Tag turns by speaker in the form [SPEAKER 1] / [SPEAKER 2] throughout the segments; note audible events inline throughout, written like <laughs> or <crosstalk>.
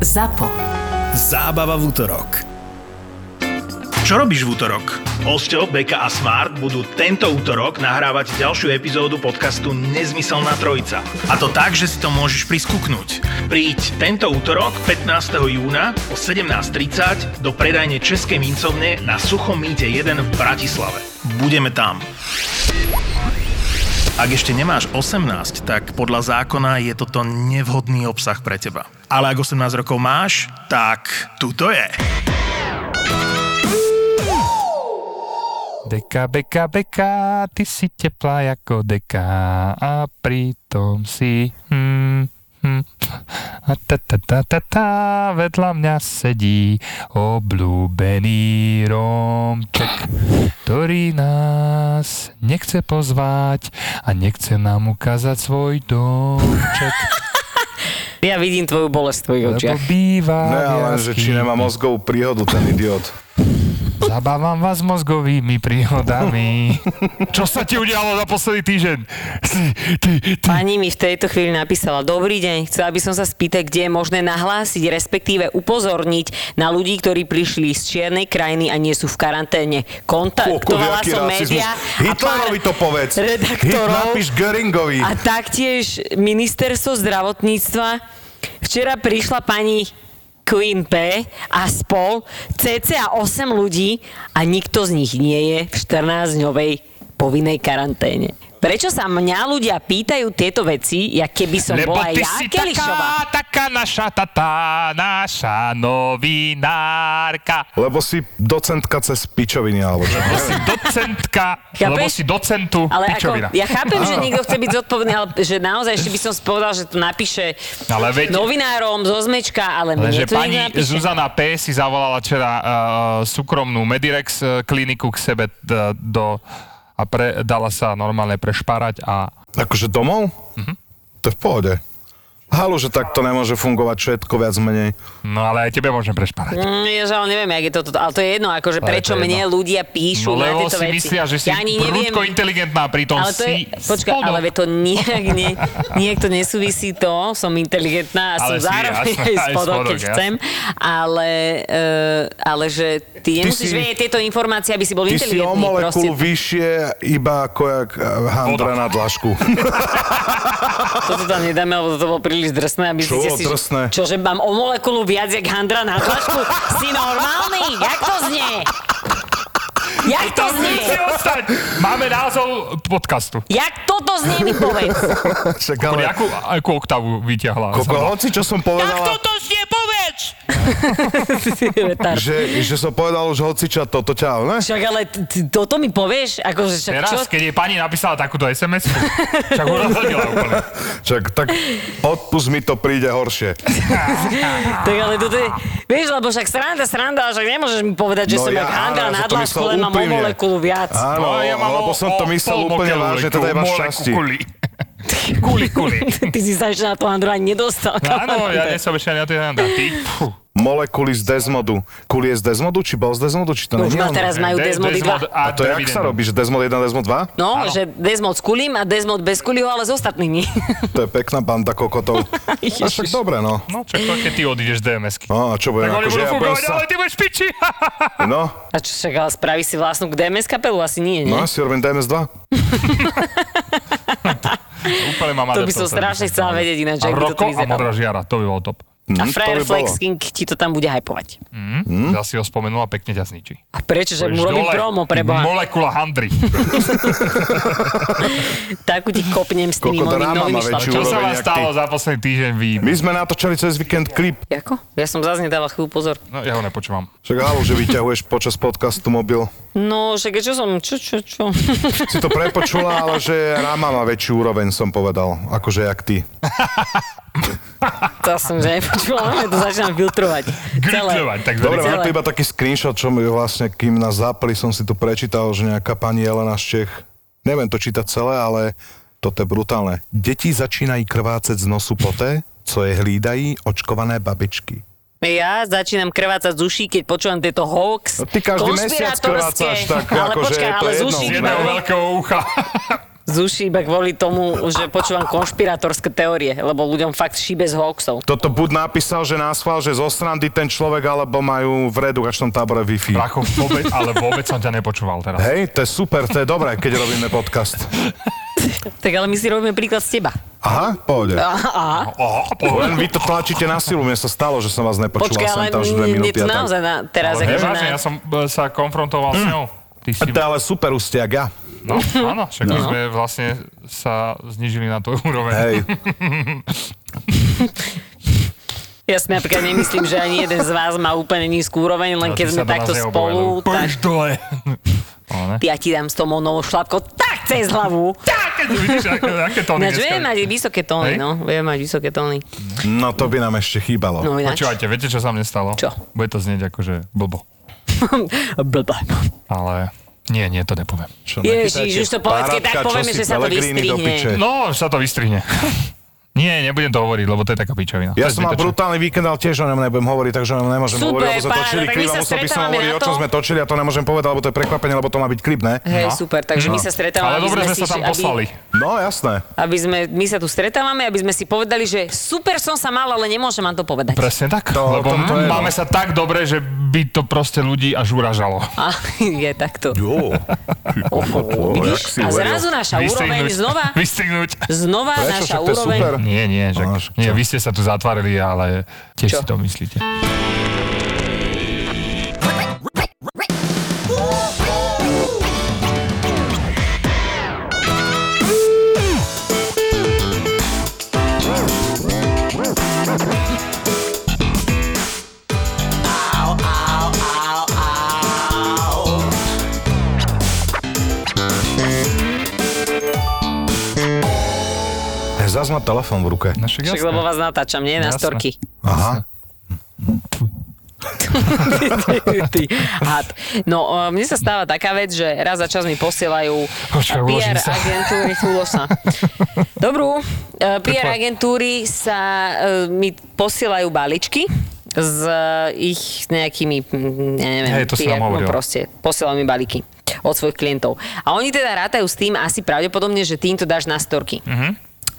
[SPEAKER 1] ZAPO.
[SPEAKER 2] Zábava v útorok. Čo robíš v útorok? Osťo, Beka a Smart budú tento útorok nahrávať ďalšiu epizódu podcastu Nezmyselná trojica. A to tak, že si to môžeš priskúknuť. Príď tento útorok 15. júna o 17.30 do predajne Českej mincovne na Suchom míte 1 v Bratislave. Budeme tam. Ak ešte nemáš 18, tak podľa zákona je toto nevhodný obsah pre teba. Ale ak 18 rokov máš, tak tuto je.
[SPEAKER 3] Deka, beka, beka, ty si teplá ako deka a pritom si... Hmm, hmm, a ta, ta, ta, ta, ta, vedľa mňa sedí obľúbený Romček, ktorý nás nechce pozvať a nechce nám ukázať svoj domček,
[SPEAKER 4] Ja vidím tvoju bolesť v tvojich
[SPEAKER 3] lebo
[SPEAKER 4] očiach.
[SPEAKER 3] býva
[SPEAKER 5] Ne,
[SPEAKER 3] v
[SPEAKER 5] ale No že či
[SPEAKER 3] jaskyni.
[SPEAKER 5] nemá mozgovú príhodu ten idiot.
[SPEAKER 3] Zabávam vás mozgovými príhodami. Čo sa ti udialo za posledný týždeň? Ty, ty, ty.
[SPEAKER 4] Pani mi v tejto chvíli napísala, dobrý deň, chcela by som sa spýtať, kde je možné nahlásiť, respektíve upozorniť na ľudí, ktorí prišli z čiernej krajiny a nie sú v karanténe. Kontaktovala
[SPEAKER 5] Kokos, jaký
[SPEAKER 4] som
[SPEAKER 5] rasizmus.
[SPEAKER 4] médiá a pár
[SPEAKER 5] Hitlerovi to povedz. Hit-
[SPEAKER 4] redaktorov
[SPEAKER 5] Napíš Göringovi.
[SPEAKER 3] <laughs>
[SPEAKER 4] a taktiež ministerstvo zdravotníctva. Včera prišla pani Queen P a spol cca 8 ľudí a nikto z nich nie je v 14-dňovej povinnej karanténe. Prečo sa mňa ľudia pýtajú tieto veci, ja keby som
[SPEAKER 3] Lebo
[SPEAKER 4] bola
[SPEAKER 3] ty
[SPEAKER 4] ja
[SPEAKER 3] si
[SPEAKER 4] Kelišová?
[SPEAKER 3] taká, taká naša, tatá, naša novinárka.
[SPEAKER 5] Lebo si docentka cez pičoviny, alebo čo.
[SPEAKER 3] Lebo
[SPEAKER 4] <laughs>
[SPEAKER 3] si docentka, lebo
[SPEAKER 4] Chápeš?
[SPEAKER 3] si docentu
[SPEAKER 4] Ale ako,
[SPEAKER 3] pičovina.
[SPEAKER 4] ja chápem, že niekto chce byť zodpovedný, ale že naozaj ešte by som povedal, že to napíše
[SPEAKER 3] Ale veď-
[SPEAKER 4] novinárom zo zmečka, ale mne
[SPEAKER 3] Lenže
[SPEAKER 4] to
[SPEAKER 3] pani
[SPEAKER 4] nikto napíše.
[SPEAKER 3] Zuzana P. si zavolala včera uh, súkromnú Medirex eh, kliniku k sebe d- do a pre, dala sa normálne prešparať a
[SPEAKER 5] Akože domov? To je v pohode. Halu, že takto nemôže fungovať všetko viac menej.
[SPEAKER 3] no ale aj tebe môžem prešparať.
[SPEAKER 4] Mm, ja žiaľ neviem, jak je to, toto, ale to je jedno, akože
[SPEAKER 3] Ale
[SPEAKER 4] prečo
[SPEAKER 3] to je
[SPEAKER 4] mne
[SPEAKER 3] jedno.
[SPEAKER 4] ľudia píšu
[SPEAKER 3] No
[SPEAKER 4] na
[SPEAKER 3] lebo
[SPEAKER 4] tieto
[SPEAKER 3] si
[SPEAKER 4] veci.
[SPEAKER 3] myslia, že si
[SPEAKER 4] ja ani neviem,
[SPEAKER 3] prudko inteligentná, pritom
[SPEAKER 4] ale to je,
[SPEAKER 3] si
[SPEAKER 4] počkaj,
[SPEAKER 3] spodok.
[SPEAKER 4] ale veď to nijak, nie, nijak to nesúvisí to, som inteligentná a som
[SPEAKER 3] Ale si,
[SPEAKER 4] zároveň
[SPEAKER 3] jasné,
[SPEAKER 4] aj
[SPEAKER 3] aj
[SPEAKER 4] spodok,
[SPEAKER 3] spodok,
[SPEAKER 4] keď
[SPEAKER 3] jasné.
[SPEAKER 4] chcem, ale, uh, ale že ty nemusíš
[SPEAKER 5] si-
[SPEAKER 4] vedieť tieto informácie, aby si bol
[SPEAKER 5] Ty si o
[SPEAKER 4] inteligentný. proste.
[SPEAKER 5] molekulu vyššie, iba ako jak eh, handra na dlažku.
[SPEAKER 4] Toto tam nedáme, lebo to bolo príliš drsné. Aby ste
[SPEAKER 5] Čo bolo
[SPEAKER 4] si, že-
[SPEAKER 5] drsné?
[SPEAKER 4] Čože mám o molekulu viac, jak handra na tlačku? si normálny? Jak to znie? Jak to
[SPEAKER 3] Tam
[SPEAKER 4] znie?
[SPEAKER 3] musí ostať. Máme názov podcastu.
[SPEAKER 4] Jak toto znie, mi povedz.
[SPEAKER 5] Však
[SPEAKER 3] Ale...
[SPEAKER 5] ale...
[SPEAKER 3] Jakú, akú oktavu vyťahla?
[SPEAKER 5] Koko, hoci čo som povedala,
[SPEAKER 4] znie, povedz! Retard.
[SPEAKER 5] že, že som povedal už hociča toto ťa, ne?
[SPEAKER 4] Však ale t- t- toto mi povieš? Akože však čo?
[SPEAKER 3] Teraz, keď jej pani napísala takúto sms
[SPEAKER 4] <laughs>
[SPEAKER 3] však ho rozhodila úplne.
[SPEAKER 5] Čak, tak odpust mi to príde horšie.
[SPEAKER 4] Tak ale toto je... Vieš, lebo však sranda, sranda, však nemôžeš mi povedať, že som jak handra
[SPEAKER 5] áno,
[SPEAKER 4] na
[SPEAKER 5] ja som to
[SPEAKER 4] dlažku,
[SPEAKER 5] myslel
[SPEAKER 4] len mám o
[SPEAKER 5] úprimne.
[SPEAKER 4] molekulu viac.
[SPEAKER 5] Áno,
[SPEAKER 3] No,
[SPEAKER 5] ja mám lebo
[SPEAKER 3] o-
[SPEAKER 5] som to
[SPEAKER 3] o
[SPEAKER 5] myslel
[SPEAKER 3] pol
[SPEAKER 5] úplne
[SPEAKER 3] molekulu,
[SPEAKER 5] vážne, teda iba
[SPEAKER 3] molekulu
[SPEAKER 5] šťastie.
[SPEAKER 3] Kuli, <laughs> kuli. kuli.
[SPEAKER 4] <laughs> Ty si sa ešte na to Andro ani nedostal.
[SPEAKER 3] No Áno, ja
[SPEAKER 4] kamarát.
[SPEAKER 3] nie som ešte ani na tej handra. Ty, fú.
[SPEAKER 5] Molekuly z Desmodu. Kuli je z Desmodu, či bol z Desmodu, či to
[SPEAKER 4] No Už
[SPEAKER 5] nie je
[SPEAKER 4] ma
[SPEAKER 5] ono?
[SPEAKER 4] teraz majú
[SPEAKER 3] De-
[SPEAKER 4] Desmody 2.
[SPEAKER 3] a
[SPEAKER 5] A to jak
[SPEAKER 3] Dravidendum.
[SPEAKER 5] sa robí, že Desmod 1, Desmod 2?
[SPEAKER 4] No,
[SPEAKER 3] Áno.
[SPEAKER 4] že Desmod s Kulim a Desmod bez Kuliho, ale s ostatnými. <laughs>
[SPEAKER 5] To je pekná banda kokotov. A však
[SPEAKER 4] Ježiš.
[SPEAKER 5] dobre, no.
[SPEAKER 3] No, čak to, keď ty odídeš z DMS-ky.
[SPEAKER 5] No a čo budem,
[SPEAKER 3] Tak oni
[SPEAKER 5] akože
[SPEAKER 3] budú
[SPEAKER 5] ja budem
[SPEAKER 3] fungovať,
[SPEAKER 5] sa...
[SPEAKER 3] ale ty budeš piči. <laughs>
[SPEAKER 5] No,
[SPEAKER 4] A čo však, ale spraví si vlastnú DMS kapelu? Asi nie, nie?
[SPEAKER 5] no ja si robím DMS 2.
[SPEAKER 3] Úplne mám
[SPEAKER 4] To by som strašne chcela vedieť ináč, ak
[SPEAKER 3] A
[SPEAKER 4] by to tu
[SPEAKER 3] Roko a
[SPEAKER 4] vyzeralo.
[SPEAKER 3] Modrá žiara, to by bolo top.
[SPEAKER 4] A
[SPEAKER 5] Hm, to by
[SPEAKER 4] Frayer
[SPEAKER 5] bolo.
[SPEAKER 4] Flex King ti to tam bude hypovať.
[SPEAKER 3] Hm? Ja si ho spomenula, pekne ťa zničí.
[SPEAKER 4] A prečo, že mu
[SPEAKER 3] Budeš
[SPEAKER 4] robím
[SPEAKER 3] dole,
[SPEAKER 4] promo pre Boha?
[SPEAKER 3] Molekula handry.
[SPEAKER 4] Takú ti kopnem s tými
[SPEAKER 5] Koľko
[SPEAKER 4] mojimi
[SPEAKER 5] dráma má
[SPEAKER 4] novými
[SPEAKER 5] väčšiu
[SPEAKER 3] Čo
[SPEAKER 4] šlapačkami.
[SPEAKER 3] sa
[SPEAKER 5] Úroveň
[SPEAKER 3] vám
[SPEAKER 5] jak
[SPEAKER 3] stalo
[SPEAKER 5] ty.
[SPEAKER 3] za posledný týždeň vy?
[SPEAKER 5] My sme natočili cez víkend klip.
[SPEAKER 4] Ako? Ja som zase nedával chvíľu pozor.
[SPEAKER 3] No, ja ho nepočúvam.
[SPEAKER 5] Však halu, že vyťahuješ počas podcastu mobil.
[SPEAKER 4] No, však čo som, čo, čo, čo? <laughs>
[SPEAKER 5] Si to prepočula, ale že Rama má väčší úroveň, som povedal. Akože jak ty.
[SPEAKER 4] to som že nepočula, ale to začínam filtrovať. Celé.
[SPEAKER 3] Gritlovať, tak
[SPEAKER 5] Dobre,
[SPEAKER 4] Celé.
[SPEAKER 5] mám tu iba taký screenshot, čo mi vlastne, kým nás zapli, som si tu prečítal, že nejaká pani Elena z Čech, neviem to čítať celé, ale toto je brutálne. Deti začínají krvácať z nosu poté, co je hlídají očkované babičky.
[SPEAKER 4] Ja začínam krvácať z uší, keď počúvam tieto hoax.
[SPEAKER 5] No ty každý mesiac
[SPEAKER 4] konšpiratorské.
[SPEAKER 5] krvácaš, tak
[SPEAKER 4] ale
[SPEAKER 5] akože
[SPEAKER 4] počkaj,
[SPEAKER 5] je to
[SPEAKER 4] ale z
[SPEAKER 5] jedno
[SPEAKER 4] uší
[SPEAKER 5] už,
[SPEAKER 3] Z
[SPEAKER 5] ne?
[SPEAKER 3] jedného
[SPEAKER 4] krváca-
[SPEAKER 3] veľkého ucha.
[SPEAKER 4] Z z uší iba kvôli tomu, že počúvam konšpirátorské teórie, lebo ľuďom fakt šíbe z hoaxov.
[SPEAKER 5] Toto buď napísal, že násval, že zo strandy ten človek, alebo majú v redukačnom tábore Wi-Fi.
[SPEAKER 3] Pracho, vôbec, ale vôbec som ťa nepočúval teraz.
[SPEAKER 5] Hej, to je super, to je dobré, keď robíme podcast.
[SPEAKER 4] Tak ale my si robíme príklad z teba.
[SPEAKER 5] Aha, pohode.
[SPEAKER 3] Aha,
[SPEAKER 5] Len vy to tlačíte na silu, mne sa stalo, že som vás nepočúval,
[SPEAKER 4] Počkaj, ale
[SPEAKER 5] som tam už dve
[SPEAKER 4] nie, nie
[SPEAKER 5] minúty.
[SPEAKER 4] to
[SPEAKER 5] a tak.
[SPEAKER 4] naozaj na, teraz.
[SPEAKER 3] ale
[SPEAKER 4] akože
[SPEAKER 3] vážne,
[SPEAKER 4] na-
[SPEAKER 3] ja som e, sa konfrontoval
[SPEAKER 5] Hm.
[SPEAKER 3] s ňou. Ty si...
[SPEAKER 5] To je ale super ustiak, ja.
[SPEAKER 3] No, áno, však my sme vlastne sa znižili na tú <laughs> úroveň.
[SPEAKER 5] Hej,
[SPEAKER 4] Ja si napríklad nemyslím, že ani jeden z vás má úplne nízku úroveň, len
[SPEAKER 3] Ale
[SPEAKER 4] keď
[SPEAKER 3] ty
[SPEAKER 4] sme
[SPEAKER 3] sa do
[SPEAKER 4] takto
[SPEAKER 3] nás
[SPEAKER 4] spolu,
[SPEAKER 3] neobovedol.
[SPEAKER 4] tak
[SPEAKER 3] dole! No, ne?
[SPEAKER 4] ja ti dám s tou monou šlapko tak cez hlavu.
[SPEAKER 3] Také, vidíš, aké, aké tóny
[SPEAKER 4] Ináč vieme mať vysoké tóny,
[SPEAKER 3] Hej?
[SPEAKER 4] no. Vieme mať vysoké tóny.
[SPEAKER 5] no to by nám ešte chýbalo.
[SPEAKER 4] No ináč.
[SPEAKER 3] Počúvajte, viete, čo sa mne stalo?
[SPEAKER 4] Čo?
[SPEAKER 3] Bude to znieť akože blbo.
[SPEAKER 4] Blbá.
[SPEAKER 3] No. Ale nie, nie, to nepoviem.
[SPEAKER 5] Čo,
[SPEAKER 4] Ježiš, už to povedz, keď tak
[SPEAKER 5] Páratka, čo
[SPEAKER 4] povieme,
[SPEAKER 5] si
[SPEAKER 4] že sa to
[SPEAKER 5] Pellegrini do
[SPEAKER 4] vystrihne.
[SPEAKER 5] piče?
[SPEAKER 3] No, sa to vystrihne. <laughs> nie, nebudem to hovoriť, lebo to je taká pičovina. To
[SPEAKER 5] Ja
[SPEAKER 3] je
[SPEAKER 5] som mal
[SPEAKER 3] zbytočné.
[SPEAKER 5] brutálny víkend, ale tiež o ňom nebudem hovoriť, takže o ňom nemôžem
[SPEAKER 4] Super,
[SPEAKER 5] hovoriť, lebo sme
[SPEAKER 4] paráda,
[SPEAKER 5] točili
[SPEAKER 4] tak my
[SPEAKER 5] klip a
[SPEAKER 4] sa
[SPEAKER 5] musel by som
[SPEAKER 4] stretávame
[SPEAKER 5] hovoriť,
[SPEAKER 4] na
[SPEAKER 5] o čom
[SPEAKER 4] to.
[SPEAKER 5] sme točili a to nemôžem povedať, lebo to je prekvapenie, lebo to má byť klip, ne?
[SPEAKER 4] Hej, super, takže my sa stretávame.
[SPEAKER 3] No. Mhm. Ale
[SPEAKER 4] aby
[SPEAKER 3] dobre sme sa
[SPEAKER 4] si-
[SPEAKER 3] tam poslali.
[SPEAKER 5] No jasné.
[SPEAKER 4] Aby, aby sme, my sa tu stretávame, aby sme si povedali, že super som sa mal, ale nemôžem vám to povedať.
[SPEAKER 3] Presne tak,
[SPEAKER 5] To-
[SPEAKER 3] lebo
[SPEAKER 5] o tom to je, no.
[SPEAKER 3] máme sa tak dobre, že by to proste ľudí až uražalo.
[SPEAKER 4] A je takto.
[SPEAKER 5] Jo.
[SPEAKER 4] Vidíš? A zrazu naša úroveň
[SPEAKER 3] Vystrihnúť.
[SPEAKER 4] znova,
[SPEAKER 3] <laughs> Vystrihnúť.
[SPEAKER 4] znova
[SPEAKER 5] Prečo?
[SPEAKER 4] naša
[SPEAKER 5] Však to je
[SPEAKER 4] úroveň.
[SPEAKER 5] super.
[SPEAKER 3] Nie, nie, že,
[SPEAKER 5] Až,
[SPEAKER 3] nie,
[SPEAKER 5] No, čo?
[SPEAKER 3] vy ste sa tu zatvárili, ale tiež
[SPEAKER 4] Čo?
[SPEAKER 3] si to myslíte.
[SPEAKER 5] Zas má telefón v ruke.
[SPEAKER 3] No, však
[SPEAKER 4] Však
[SPEAKER 3] jasné.
[SPEAKER 4] lebo vás natáčam, nie? Na
[SPEAKER 3] Jasné. <laughs>
[SPEAKER 4] storky.
[SPEAKER 5] Aha.
[SPEAKER 4] Ty had. No, e, mne sa stáva taká vec, že raz za čas mi posielajú
[SPEAKER 3] Počkaj,
[SPEAKER 4] e,
[SPEAKER 3] uložím
[SPEAKER 4] PR
[SPEAKER 3] sa.
[SPEAKER 4] agentúry, ulož sa. Dobrú, e, PR agentúry sa e, mi posielajú balíčky s e, ich nejakými, mm, ja neviem,
[SPEAKER 3] Hej, to si nám
[SPEAKER 4] no
[SPEAKER 3] hovorila.
[SPEAKER 4] proste, posielajú mi balíky od svojich klientov. A oni teda rátajú s tým asi pravdepodobne, že týmto dáš na
[SPEAKER 3] Mhm.
[SPEAKER 4] storky.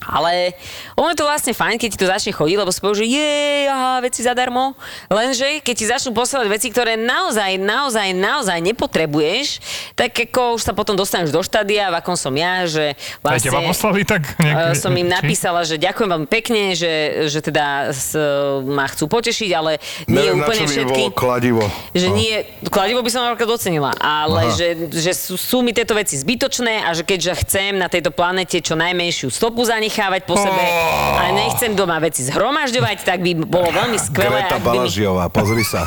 [SPEAKER 4] Ale ono je to vlastne fajn, keď ti to začne chodiť, lebo si povieš, že je, aha, veci zadarmo. Lenže keď ti začnú posielať veci, ktoré naozaj, naozaj, naozaj nepotrebuješ, tak ako už sa potom dostaneš do štádia, v akom som ja, že
[SPEAKER 3] Aj teba
[SPEAKER 4] vlastne...
[SPEAKER 3] poslali tak
[SPEAKER 4] e,
[SPEAKER 3] nejaké...
[SPEAKER 4] som im
[SPEAKER 3] či?
[SPEAKER 4] napísala, že ďakujem vám pekne, že, že teda s, ma chcú potešiť, ale nie
[SPEAKER 5] Neviem, na
[SPEAKER 4] úplne
[SPEAKER 5] čo by mi
[SPEAKER 4] všetky
[SPEAKER 5] bolo kladivo.
[SPEAKER 4] že nie, kladivo by som napríklad ocenila, ale
[SPEAKER 5] No. Aha.
[SPEAKER 4] že, že sú, sú mi tieto veci zbytočné a že keďže chcem na tejto planete čo najmenšiu stopu zanechávať po sebe a nechcem doma veci zhromažďovať, tak by bolo veľmi skvelé,
[SPEAKER 5] Oh. No. Greta
[SPEAKER 4] ak by mi...
[SPEAKER 5] Balažiová, pozri sa.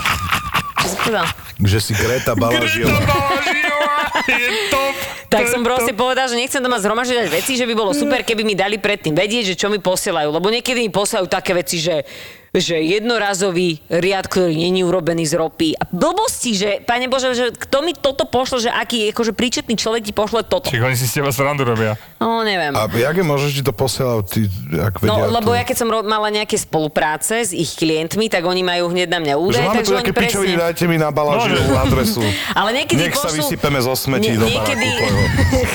[SPEAKER 4] Čo som povedala?
[SPEAKER 5] Že si
[SPEAKER 3] Greta
[SPEAKER 5] Greta Balažiová.
[SPEAKER 3] Balažiová je top.
[SPEAKER 4] Tak som proste povedal, že nechcem doma zhromažďovať veci, že by bolo super, keby mi dali predtým vedieť, že čo mi posielajú. Lebo niekedy mi posielajú také veci, že že jednorazový riad, ktorý není urobený z ropy. A blbosti, že, pane Bože, že kto mi toto pošlo, že aký akože príčetný človek ti pošle toto.
[SPEAKER 3] Čiže oni si s teba srandu robia.
[SPEAKER 4] No, neviem.
[SPEAKER 5] A jak je môžeš ti to posielať, ty, ak
[SPEAKER 4] No,
[SPEAKER 5] vedia
[SPEAKER 4] lebo
[SPEAKER 5] tu?
[SPEAKER 4] ja keď som ro- mala nejaké spolupráce s ich klientmi, tak oni majú hneď na mňa
[SPEAKER 5] Že
[SPEAKER 4] údaje,
[SPEAKER 5] máme
[SPEAKER 4] takže
[SPEAKER 5] tu
[SPEAKER 4] oni
[SPEAKER 5] nejaké pičoviny,
[SPEAKER 4] presne...
[SPEAKER 5] dajte mi na Balažiovú
[SPEAKER 3] No, že-
[SPEAKER 5] adresu.
[SPEAKER 3] <laughs>
[SPEAKER 4] Ale niekedy
[SPEAKER 5] Nech sa
[SPEAKER 4] pošlú-
[SPEAKER 5] vysypeme zo smetí
[SPEAKER 4] Nie-
[SPEAKER 5] do
[SPEAKER 4] niekedy-
[SPEAKER 5] baráku
[SPEAKER 4] <laughs>
[SPEAKER 5] tvojho.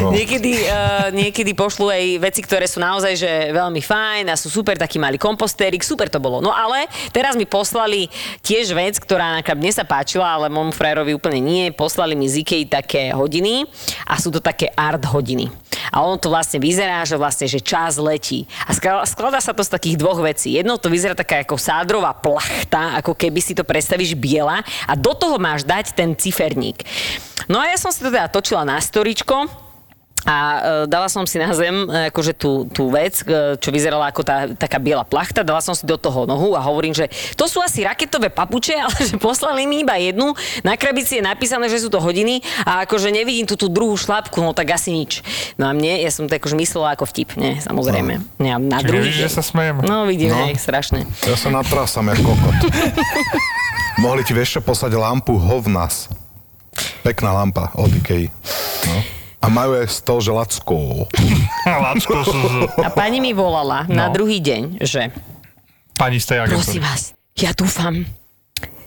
[SPEAKER 5] No.
[SPEAKER 4] Niekedy, uh, niekedy pošlu aj veci, ktoré sú naozaj že veľmi fajn a sú super, taký malý kompostérik, super to bolo. No ale teraz mi poslali tiež vec, ktorá napríklad mne sa páčila, ale môjmu frajerovi úplne nie. Poslali mi z Ikei také hodiny a sú to také art hodiny. A ono to vlastne vyzerá, že vlastne, že čas letí. A skla- skladá sa to z takých dvoch vecí. Jedno to vyzerá taká ako sádrová plachta, ako keby si to predstavíš biela a do toho máš dať ten ciferník. No a ja som si to teda točila na storičko, a e, dala som si na zem e, akože tú, tú vec, e, čo vyzerala ako tá, taká biela plachta, dala som si do toho nohu a hovorím, že to sú asi raketové papuče, <laughs> ale že poslali mi iba jednu, na krabici je napísané, že sú to hodiny a akože nevidím tú, tú druhú šlapku, no tak asi nič. No a mne, ja som to akože myslela ako vtip, nie, samozrejme. Ja, na
[SPEAKER 3] No. Čiže
[SPEAKER 4] druhý
[SPEAKER 3] vidíš, že
[SPEAKER 4] deň.
[SPEAKER 3] sa smejeme.
[SPEAKER 4] No vidím,
[SPEAKER 5] No.
[SPEAKER 4] no. strašné.
[SPEAKER 5] Ja sa natrasam jak kokot. Mohli ti vieš čo poslať lampu hovnas. Pekná lampa od Ikei. No. A majú aj z toho, že lacko.
[SPEAKER 3] Láčko, sú, sú.
[SPEAKER 4] A pani
[SPEAKER 3] <laughs>
[SPEAKER 4] mi volala no. na
[SPEAKER 3] No.
[SPEAKER 4] druhý deň, že
[SPEAKER 3] Pani z tej agentúry.
[SPEAKER 4] Prosím vás, ja dúfam,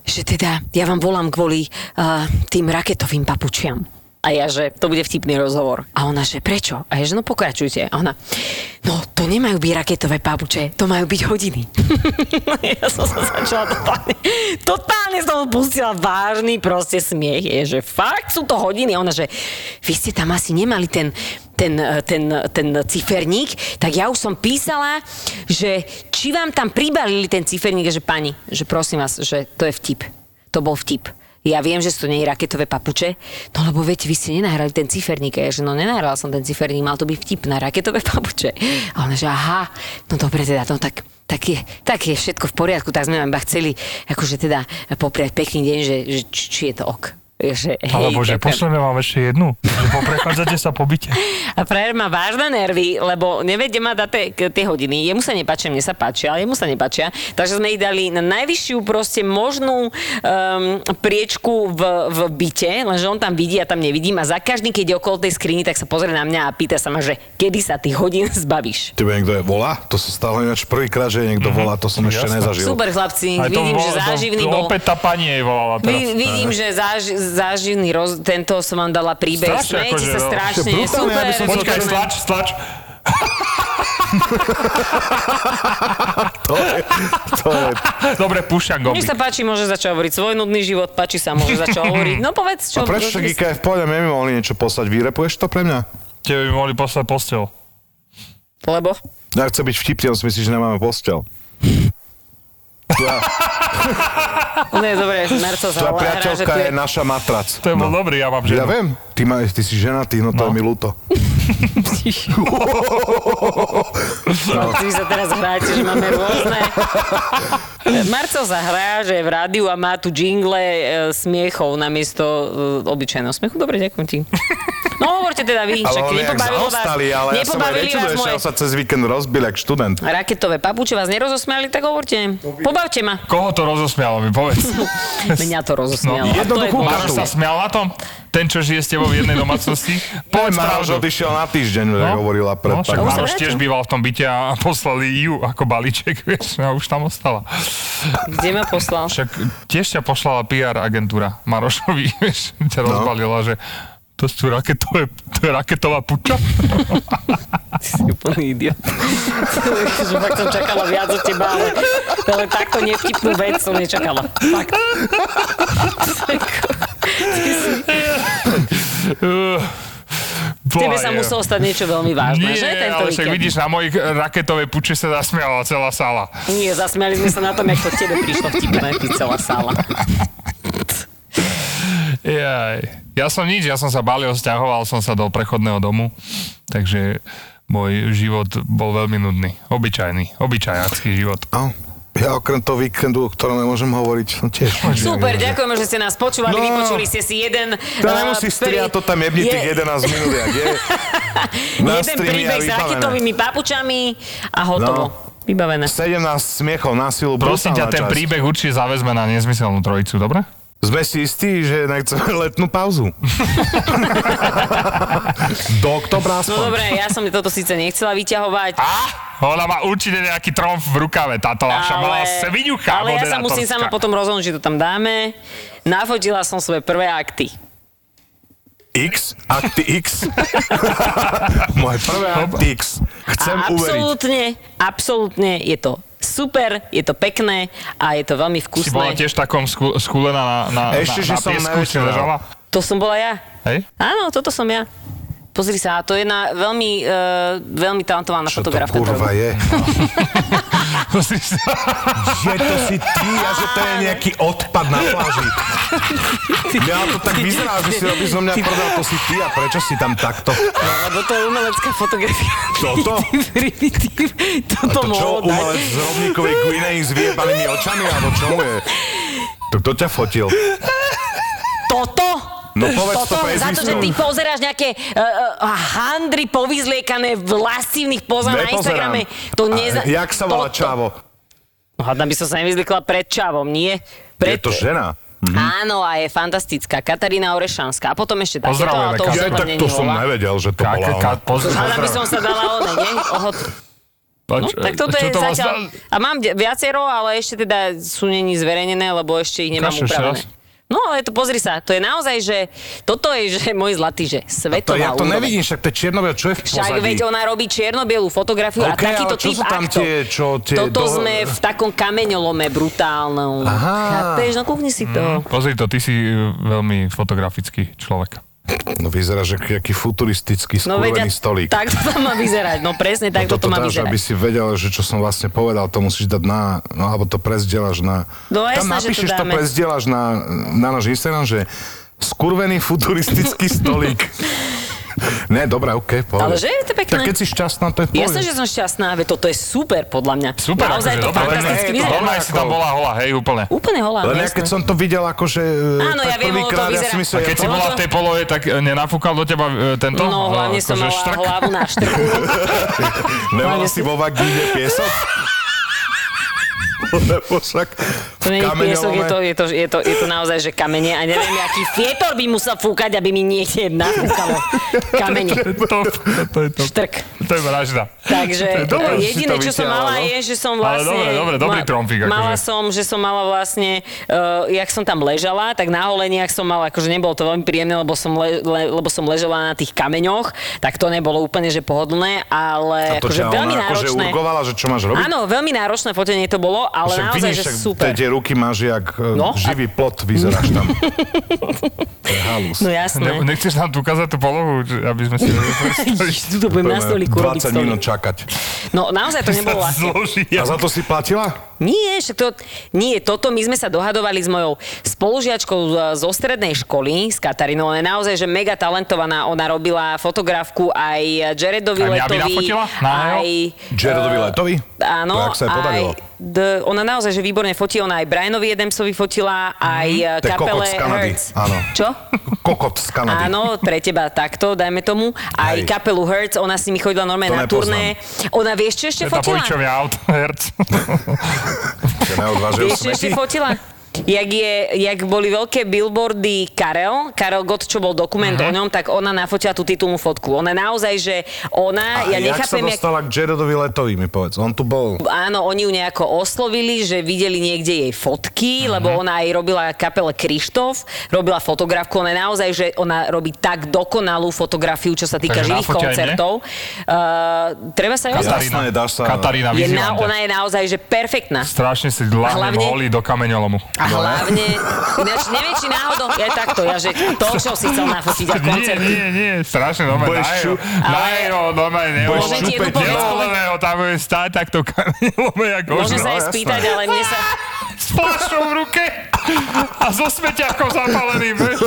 [SPEAKER 4] že teda ja vám volám kvôli uh, tým raketovým papučiam. A ja, že to bude vtipný rozhovor. A ona, že prečo? A ja, že no pokračujte. A ona, no to nemajú byť raketové papuče, to majú byť hodiny. <laughs> ja som sa začala totálne, totálne som pustila vážny proste smiech. Je, že fakt sú to hodiny. A ona, že vy ste tam asi nemali ten, ten, eh, ten, ten ciferník, tak ja už som písala, že či vám tam pribalili ten ciferník, A že pani, že prosím vás, že to je vtip. To bol vtip. Ja viem, že sú to nie je raketové papuče, no lebo viete, vy ste nenahrali ten ciferník. A ja, že no nenahrala som ten ciferník, mal to byť vtip na raketové <laughs> papuče. A ona, že aha, no dobre teda, no tak, tak, je, tak je všetko v poriadku, tak sme vám iba chceli akože teda popriať pekný deň, že, že či, či je to ok. Ja, Že, hej,
[SPEAKER 3] Alebo že
[SPEAKER 4] ďakujem.
[SPEAKER 3] pošleme vám ešte jednu, že poprechádzate sa po
[SPEAKER 4] <laughs>
[SPEAKER 3] byte.
[SPEAKER 4] A frajer má vážne nervy, lebo nevedie ma dať tie, k- tie hodiny. Jemu sa nepáčia, mne sa páčia, ale jemu sa nepáčia. Takže sme ich dali na najvyššiu proste možnú um, priečku v, v byte, lenže on tam vidí a tam nevidím. A za každý, keď je okolo tej skrini, tak sa pozrie na mňa a pýta sa ma, že kedy sa tých hodín <laughs> zbavíš.
[SPEAKER 5] Tebe niekto je volá? To sa stalo ináč prvýkrát, že niekto volá, to som ešte
[SPEAKER 3] Jasné.
[SPEAKER 5] nezažil.
[SPEAKER 4] Super chlapci,
[SPEAKER 3] Aj to
[SPEAKER 4] vidím,
[SPEAKER 3] vo-
[SPEAKER 4] že
[SPEAKER 3] to-
[SPEAKER 4] záživný
[SPEAKER 3] to
[SPEAKER 4] bol.
[SPEAKER 3] Opäť tá pani jej volala teraz.
[SPEAKER 4] Vy, vidím, že záž, záživný roz... tento som vám dala príbeh.
[SPEAKER 3] Strašne
[SPEAKER 4] Smejete
[SPEAKER 3] akože,
[SPEAKER 4] sa
[SPEAKER 3] no.
[SPEAKER 4] strašne,
[SPEAKER 5] Ešte brutálne,
[SPEAKER 4] super.
[SPEAKER 5] aby som
[SPEAKER 3] Počkaj,
[SPEAKER 4] super.
[SPEAKER 3] stlač, stlač. <laughs>
[SPEAKER 5] To je, <laughs> to je,
[SPEAKER 3] Dobre, púšťam
[SPEAKER 4] Nech
[SPEAKER 3] gombík.
[SPEAKER 4] sa páči, môže začať hovoriť svoj nudný život, páči sa, môže
[SPEAKER 5] <laughs>
[SPEAKER 4] začať hovoriť. No povedz,
[SPEAKER 5] a
[SPEAKER 4] čo...
[SPEAKER 5] prečo však IKF povedia, my mi mohli niečo poslať, vyrepuješ to pre mňa?
[SPEAKER 3] Tebe by mohli poslať postel.
[SPEAKER 4] Lebo?
[SPEAKER 5] Ja chcem byť vtipný, on si myslí, že nemáme postel. Tvoja,
[SPEAKER 4] Ne, dobre, Marco sa
[SPEAKER 5] tvoja
[SPEAKER 4] hra, že
[SPEAKER 5] priateľka
[SPEAKER 4] tu
[SPEAKER 5] je naša matrac. No.
[SPEAKER 3] To je bol dobrý, No. ja mám ženu.
[SPEAKER 5] Ja viem, ty, ma, ty si ženatý, no to
[SPEAKER 3] No.
[SPEAKER 5] je mi ľúto.
[SPEAKER 4] No, ty sa teraz hráte, že máme rôzne.
[SPEAKER 5] <laughs>
[SPEAKER 4] Marco sa hrá, že je v rádiu a má tu jingle e, smiechov namiesto e, obyčajného smiechu. Dobre, ďakujem ti. No hovorte teda vy,
[SPEAKER 5] Ale
[SPEAKER 4] však
[SPEAKER 5] oni jak
[SPEAKER 4] nepobavilo vás,
[SPEAKER 5] zaostali, ale ja som aj
[SPEAKER 4] nepobavili vás
[SPEAKER 5] nečudujem, že
[SPEAKER 4] moje
[SPEAKER 5] on sa cez víkend rozbil, jak študent.
[SPEAKER 4] raketové papuče, vás nerozosmiali, tak hovorte. Pobavte
[SPEAKER 5] <laughs>
[SPEAKER 4] ma.
[SPEAKER 3] <laughs> Koho to rozosmialo mi, povedz.
[SPEAKER 4] <laughs> Mňa to rozosmialo. A
[SPEAKER 3] No,
[SPEAKER 4] to je
[SPEAKER 5] jednoduchú
[SPEAKER 4] dôležité.
[SPEAKER 3] Máš
[SPEAKER 5] Máš
[SPEAKER 3] sa smial na tom? Ten, čo žije s tebou v jednej
[SPEAKER 4] <laughs>
[SPEAKER 3] domácnosti? Poď
[SPEAKER 5] Máš
[SPEAKER 3] pravdu.
[SPEAKER 5] odišiel na týždeň, no? hovorila pred
[SPEAKER 3] no, však
[SPEAKER 5] pár-
[SPEAKER 4] Už sa
[SPEAKER 3] Maroš
[SPEAKER 4] vrátil.
[SPEAKER 3] tiež býval v tom byte a poslali ju ako balíček, <laughs> vieš, a už tam ostala.
[SPEAKER 4] Kde ma poslal?
[SPEAKER 3] Však tiež ťa poslala PR agentúra Marošovi, <laughs> vieš, ťa rozbalila, že to sú raketové, to je raketová puča.
[SPEAKER 4] úplný idiot. <laughs> že fakt som čakala viac od teba, ale, ale takto nevtipnú vec som nečakala. Fakt.
[SPEAKER 3] Uh,
[SPEAKER 4] <laughs> Tebe sa muselo stať niečo veľmi vážne,
[SPEAKER 3] Nie,
[SPEAKER 4] že tento
[SPEAKER 3] ale však
[SPEAKER 4] víkend?
[SPEAKER 3] vidíš, na mojich raketové puče sa zasmiala celá sála.
[SPEAKER 4] Nie, zasmiali sme sa na tom, ako tebe prišlo vtipné, ty celá sála.
[SPEAKER 3] Jaj. Ja som nič, ja som sa balil, stiahoval som sa do prechodného domu, takže môj život bol veľmi nudný. Obyčajný, obyčajácky život.
[SPEAKER 5] Au. No, Ja okrem toho víkendu, o ktorom nemôžem hovoriť, som tiež...
[SPEAKER 4] Super, ďakujeme, že ste nás počúvali,
[SPEAKER 5] No.
[SPEAKER 4] vypočuli ste si jeden...
[SPEAKER 5] To
[SPEAKER 4] eh,
[SPEAKER 5] nemusí striať, to tam jebni
[SPEAKER 4] je-
[SPEAKER 5] tých 11 minút, jak
[SPEAKER 4] <laughs>
[SPEAKER 5] je. Na
[SPEAKER 4] Jeden
[SPEAKER 5] streame
[SPEAKER 4] príbeh
[SPEAKER 5] a
[SPEAKER 4] s
[SPEAKER 5] vybavené.
[SPEAKER 4] raketovými papučami a hotovo.
[SPEAKER 5] No.
[SPEAKER 4] Vybavené.
[SPEAKER 5] 17 smiechov na silu,
[SPEAKER 3] Prosím ťa,
[SPEAKER 5] brutálna
[SPEAKER 3] ten
[SPEAKER 5] časť.
[SPEAKER 3] príbeh určite zavezme na nezmyselnú trojicu, dobre?
[SPEAKER 5] Sme si istí, že nechceme letnú pauzu.
[SPEAKER 3] <laughs>
[SPEAKER 5] Do oktobra aspoň.
[SPEAKER 4] No dobre, ja som toto síce nechcela vyťahovať,
[SPEAKER 3] A? Ona má určite nejaký tromf v rukave, táto vaša malá sviňucha
[SPEAKER 4] Ale ja sa
[SPEAKER 3] moderátorská.
[SPEAKER 4] musím sama potom rozhodnúť, že to tam dáme. Nafotila som svoje prvé akty.
[SPEAKER 5] X, akty X. <laughs> Moje prvé akty X. Chcem
[SPEAKER 4] a
[SPEAKER 5] uveriť.
[SPEAKER 4] absolútne, absolútne je to super, je to pekné a je to veľmi
[SPEAKER 3] Si bola
[SPEAKER 4] vkusné.
[SPEAKER 3] tiež takom sku- skulená na, na,
[SPEAKER 5] Ešte,
[SPEAKER 3] na,
[SPEAKER 5] že
[SPEAKER 3] na
[SPEAKER 5] som
[SPEAKER 3] piesku, si
[SPEAKER 5] nevyčeral.
[SPEAKER 3] ležala?
[SPEAKER 4] To som bola ja.
[SPEAKER 3] Hej?
[SPEAKER 4] Áno, toto som ja. Pozri sa, a to je jedna veľmi, e, veľmi talentovaná
[SPEAKER 5] Čo to
[SPEAKER 4] fotografka. ktorú-
[SPEAKER 5] kurva je?
[SPEAKER 3] Pozri sa.
[SPEAKER 5] Že to si ty a že to je nejaký odpad na pláži. Ja to tak vyzerá, že si robíš zo mňa prdel, to si ty a prečo si tam takto?
[SPEAKER 4] No, Lebo to je umelecká fotografia.
[SPEAKER 5] Toto?
[SPEAKER 4] <laughs> Primitív.
[SPEAKER 5] To
[SPEAKER 4] Toto
[SPEAKER 5] čo,
[SPEAKER 4] mohol dať.
[SPEAKER 5] umelec z rovníkovej Guinei s vyjebanými očami, alebo čo mu je? To kto ťa fotil?
[SPEAKER 4] Toto?
[SPEAKER 5] No povedz
[SPEAKER 4] Toto
[SPEAKER 5] to
[SPEAKER 4] za to, že
[SPEAKER 5] prezvisko.
[SPEAKER 4] ty pozeráš nejaké uh, uh, handry povyzliekané v lascívnych pozách na
[SPEAKER 5] Nepozerám.
[SPEAKER 4] Instagrame. To
[SPEAKER 5] A
[SPEAKER 4] neza...
[SPEAKER 5] Jak sa volá
[SPEAKER 4] Toto-
[SPEAKER 5] Čavo?
[SPEAKER 4] No, Hádam by som sa nevyzlikla pred Čavom, nie? Pred...
[SPEAKER 5] Je to žena.
[SPEAKER 4] Mhm. Áno, a je fantastická. Katarína Orešanská. A potom ešte takéto,
[SPEAKER 3] Pozdravujeme,
[SPEAKER 4] ale to už podľa
[SPEAKER 3] Katarína. Ja
[SPEAKER 5] Ja tak
[SPEAKER 4] mňa
[SPEAKER 5] to
[SPEAKER 4] není
[SPEAKER 5] som
[SPEAKER 4] hola.
[SPEAKER 5] nevedel, že to bola
[SPEAKER 3] Kaka,
[SPEAKER 5] ona.
[SPEAKER 3] ka, pozri, eh,
[SPEAKER 4] Hádam by som sa dala one, nie? Ohot... No, tak toto je
[SPEAKER 5] vlastne-
[SPEAKER 4] zatiaľ... A mám de- viacero, ale ešte teda sú není zverejnené, lebo ešte ich nemám
[SPEAKER 3] Ukáž ešte
[SPEAKER 4] upravené.
[SPEAKER 3] raz.
[SPEAKER 4] No ale to pozri sa, to je naozaj, že toto je, že môj zlatý, že
[SPEAKER 5] To,
[SPEAKER 4] svetová
[SPEAKER 5] ja to
[SPEAKER 4] úroveň.
[SPEAKER 5] nevidím, však to je čierno čo je v
[SPEAKER 4] Však
[SPEAKER 5] pozadí?
[SPEAKER 4] veď ona robí čierno-bielú fotografiu
[SPEAKER 5] OK,
[SPEAKER 4] a takýto
[SPEAKER 5] ale čo
[SPEAKER 4] typ
[SPEAKER 5] sú tam
[SPEAKER 4] aktov.
[SPEAKER 5] tie- čo tie
[SPEAKER 4] Toto
[SPEAKER 5] do-
[SPEAKER 4] sme v takom kameňolome brutálnom.
[SPEAKER 5] Aha. Mhm.
[SPEAKER 4] Chápeš? No kúkni si to.
[SPEAKER 3] Pozri to, ty si e, veľmi fotografický človek.
[SPEAKER 5] No vyzerá, že jaký futuristický
[SPEAKER 4] No veď, a-
[SPEAKER 5] skurvený stolík.
[SPEAKER 4] tak to tam má vyzerať. No presne, tak
[SPEAKER 5] No
[SPEAKER 4] toto má
[SPEAKER 5] dáš, aby
[SPEAKER 4] vyzerať.
[SPEAKER 5] si vedel, že čo som vlastne povedal, to musíš dať na, no alebo to prezdielaš na...
[SPEAKER 4] No
[SPEAKER 5] tam
[SPEAKER 4] jasné, že to
[SPEAKER 5] napíšeš, to,
[SPEAKER 4] dáme.
[SPEAKER 5] prezdielaš na, na náš Instagram, že skurvený futuristický
[SPEAKER 4] <laughs>
[SPEAKER 5] stolík. ne, dobrá, ok, pohode.
[SPEAKER 4] Ale že je to pekné.
[SPEAKER 5] Tak keď si šťastná, to je v
[SPEAKER 4] Jasné,
[SPEAKER 5] pohode.
[SPEAKER 4] že som šťastná, veď toto je super podľa mňa.
[SPEAKER 3] Super,
[SPEAKER 4] Naozaj
[SPEAKER 3] akože
[SPEAKER 4] to
[SPEAKER 3] dobre,
[SPEAKER 4] fantasticky
[SPEAKER 5] nie, je to
[SPEAKER 4] vyzerá.
[SPEAKER 5] dobré.
[SPEAKER 3] Normálne si tam bola hola, hej, úplne.
[SPEAKER 4] Úplne holá,
[SPEAKER 5] Len ja
[SPEAKER 4] jasné.
[SPEAKER 5] keď som to videl akože e,
[SPEAKER 4] Áno,
[SPEAKER 5] tak
[SPEAKER 4] ja viem, ono to
[SPEAKER 5] prvýkrát, ja
[SPEAKER 4] vyzerá-
[SPEAKER 5] si
[SPEAKER 3] A
[SPEAKER 5] myslel,
[SPEAKER 3] keď si
[SPEAKER 4] Ono
[SPEAKER 3] bola
[SPEAKER 4] to-
[SPEAKER 3] v tej polohe, tak e, nenafúkal do teba e, tento?
[SPEAKER 4] No, hlavne
[SPEAKER 3] E,
[SPEAKER 4] som
[SPEAKER 3] akože
[SPEAKER 4] mala
[SPEAKER 3] <laughs>
[SPEAKER 4] hlavu na štrku.
[SPEAKER 5] nemala
[SPEAKER 4] Hlavne
[SPEAKER 5] si
[SPEAKER 4] si-
[SPEAKER 5] vo vagíne piesok? Lebo však v
[SPEAKER 4] To
[SPEAKER 3] <laughs>
[SPEAKER 4] nie je piesok, je
[SPEAKER 5] kameňolome...
[SPEAKER 4] to, je, to, je, to, je to naozaj, že kamene a neviem, aký fietor by musel fúkať, aby mi niekde nafúkalo kamene.
[SPEAKER 3] Top, to je top.
[SPEAKER 4] Štrk.
[SPEAKER 3] To je vražda.
[SPEAKER 4] Takže
[SPEAKER 3] To je dobré, že si
[SPEAKER 4] jediné,
[SPEAKER 5] to
[SPEAKER 4] čo som
[SPEAKER 5] vyťahla,
[SPEAKER 4] mala
[SPEAKER 5] no.
[SPEAKER 4] je, že som
[SPEAKER 3] Ale
[SPEAKER 4] vlastne...
[SPEAKER 3] dobre, dobre, dobrý tromfík, akože.
[SPEAKER 4] Mala som, že som mala vlastne, uh, jak som tam ležala, tak na holeniach som mala, akože nebolo to veľmi príjemné, lebo som, le, le, lebo som ležela na tých kameňoch, tak to nebolo úplne, že pohodlné, ale
[SPEAKER 5] to
[SPEAKER 4] akože
[SPEAKER 5] ťa
[SPEAKER 4] veľmi
[SPEAKER 5] ona akože
[SPEAKER 4] náročné.
[SPEAKER 5] urgovala, že čo máš robiť?
[SPEAKER 4] Áno, veľmi náročné fotenie to bolo, ale
[SPEAKER 5] Však
[SPEAKER 4] naozaj, že
[SPEAKER 5] však
[SPEAKER 4] super.
[SPEAKER 5] Tie ruky máš jak e,
[SPEAKER 4] No, a-
[SPEAKER 5] živý plot, vyzeráš
[SPEAKER 4] <laughs>
[SPEAKER 5] tam. to je halus.
[SPEAKER 4] No
[SPEAKER 3] Ne,
[SPEAKER 4] jasné.
[SPEAKER 3] nechceš nám tu ukázať tú polohu, že- aby sme si vedeli predstaviť?
[SPEAKER 4] <laughs> Ježiš, tu to budem na stolíku robiť
[SPEAKER 5] 20
[SPEAKER 4] stolík.
[SPEAKER 5] minút čakať.
[SPEAKER 4] No naozaj to
[SPEAKER 3] <laughs>
[SPEAKER 4] nebolo ľahké.
[SPEAKER 3] Zloží.
[SPEAKER 5] A za to si platila?
[SPEAKER 4] Nie, však to, nie, toto my sme sa dohadovali s mojou spolužiačkou z- zo strednej školy, s Katarinou, ona je naozaj, že mega talentovaná, ona robila fotografku aj Jaredovi
[SPEAKER 3] Aj mňa
[SPEAKER 4] Letovi,
[SPEAKER 3] by nafotila? Na
[SPEAKER 4] aj...
[SPEAKER 5] Jaredovi Letovi?
[SPEAKER 4] E, Áno,
[SPEAKER 5] To jak sa jej podarilo?
[SPEAKER 4] aj, d, ona naozaj, že výborne fotí, ona aj Brianovi Edemsovi fotila, aj mm,
[SPEAKER 5] Mhm. To je kokot
[SPEAKER 4] kapele
[SPEAKER 5] z Kanady,
[SPEAKER 4] Hertz.
[SPEAKER 5] áno.
[SPEAKER 4] Čo?
[SPEAKER 5] Kokot z Kanady.
[SPEAKER 4] Áno, pre teba takto, dajme tomu. Aj
[SPEAKER 5] Hej.
[SPEAKER 4] kapelu Hertz, ona s nimi chodila normálne na
[SPEAKER 5] To
[SPEAKER 4] turné. Ona vieš, čo ešte
[SPEAKER 3] Je tá
[SPEAKER 4] fotila?
[SPEAKER 3] pojičovňa aut, herc.
[SPEAKER 5] Že neodvážil
[SPEAKER 4] Vieš, čo
[SPEAKER 5] smeti.
[SPEAKER 4] ešte fotila? Jak, je, jak boli veľké billboardy Karel, Karel Gott, čo bol dokument uh-huh. o ňom, tak ona nafotila tú titulnú fotku. Ona naozaj, že ona,
[SPEAKER 5] A
[SPEAKER 4] ja
[SPEAKER 5] jak sa
[SPEAKER 4] nechápem, jak...
[SPEAKER 5] dostala k Jaredovi Letovi, mi povedz. On tu bol.
[SPEAKER 4] Áno, oni ju nejako oslovili, že videli niekde jej fotky, lebo
[SPEAKER 3] Mhm.
[SPEAKER 4] ona aj robila kapele Krištof, robila fotografku, ona je naozaj, že ona robí tak dokonalú fotografiu, čo sa týka
[SPEAKER 3] Takže
[SPEAKER 4] živých
[SPEAKER 3] nafotia aj mne?
[SPEAKER 4] koncertov. Uh, treba sa aj ozvať.
[SPEAKER 5] <laughs> Jasné, dáš sa-
[SPEAKER 3] Katarína,
[SPEAKER 4] Je na,
[SPEAKER 3] vyzývam ťa.
[SPEAKER 4] ona je naozaj, že perfektná.
[SPEAKER 3] Strašne si ľahnem
[SPEAKER 4] hlavne-
[SPEAKER 3] holí do kameňolomu.
[SPEAKER 4] A hlavne, ináč neviem, či náhodou, je takto, ja, že to, čo si chcel nafotiť a
[SPEAKER 3] <laughs> Nie,
[SPEAKER 4] koncert.
[SPEAKER 3] nie, nie, strašne dobre.
[SPEAKER 5] Budeš
[SPEAKER 3] Daj ho,
[SPEAKER 5] šup-
[SPEAKER 3] daj ho, doma je
[SPEAKER 5] Budeš
[SPEAKER 4] Môžem ti jednu
[SPEAKER 5] šúpeť,
[SPEAKER 4] povedať?
[SPEAKER 3] Neovolené ho tam bude stáť takto kameňolome, ako
[SPEAKER 4] Môžem
[SPEAKER 5] No,
[SPEAKER 4] sa aj
[SPEAKER 5] jasné.
[SPEAKER 4] spýtať, ale mne sa...
[SPEAKER 3] S flašou v ruke a so smeťakom zapáleným. vieš.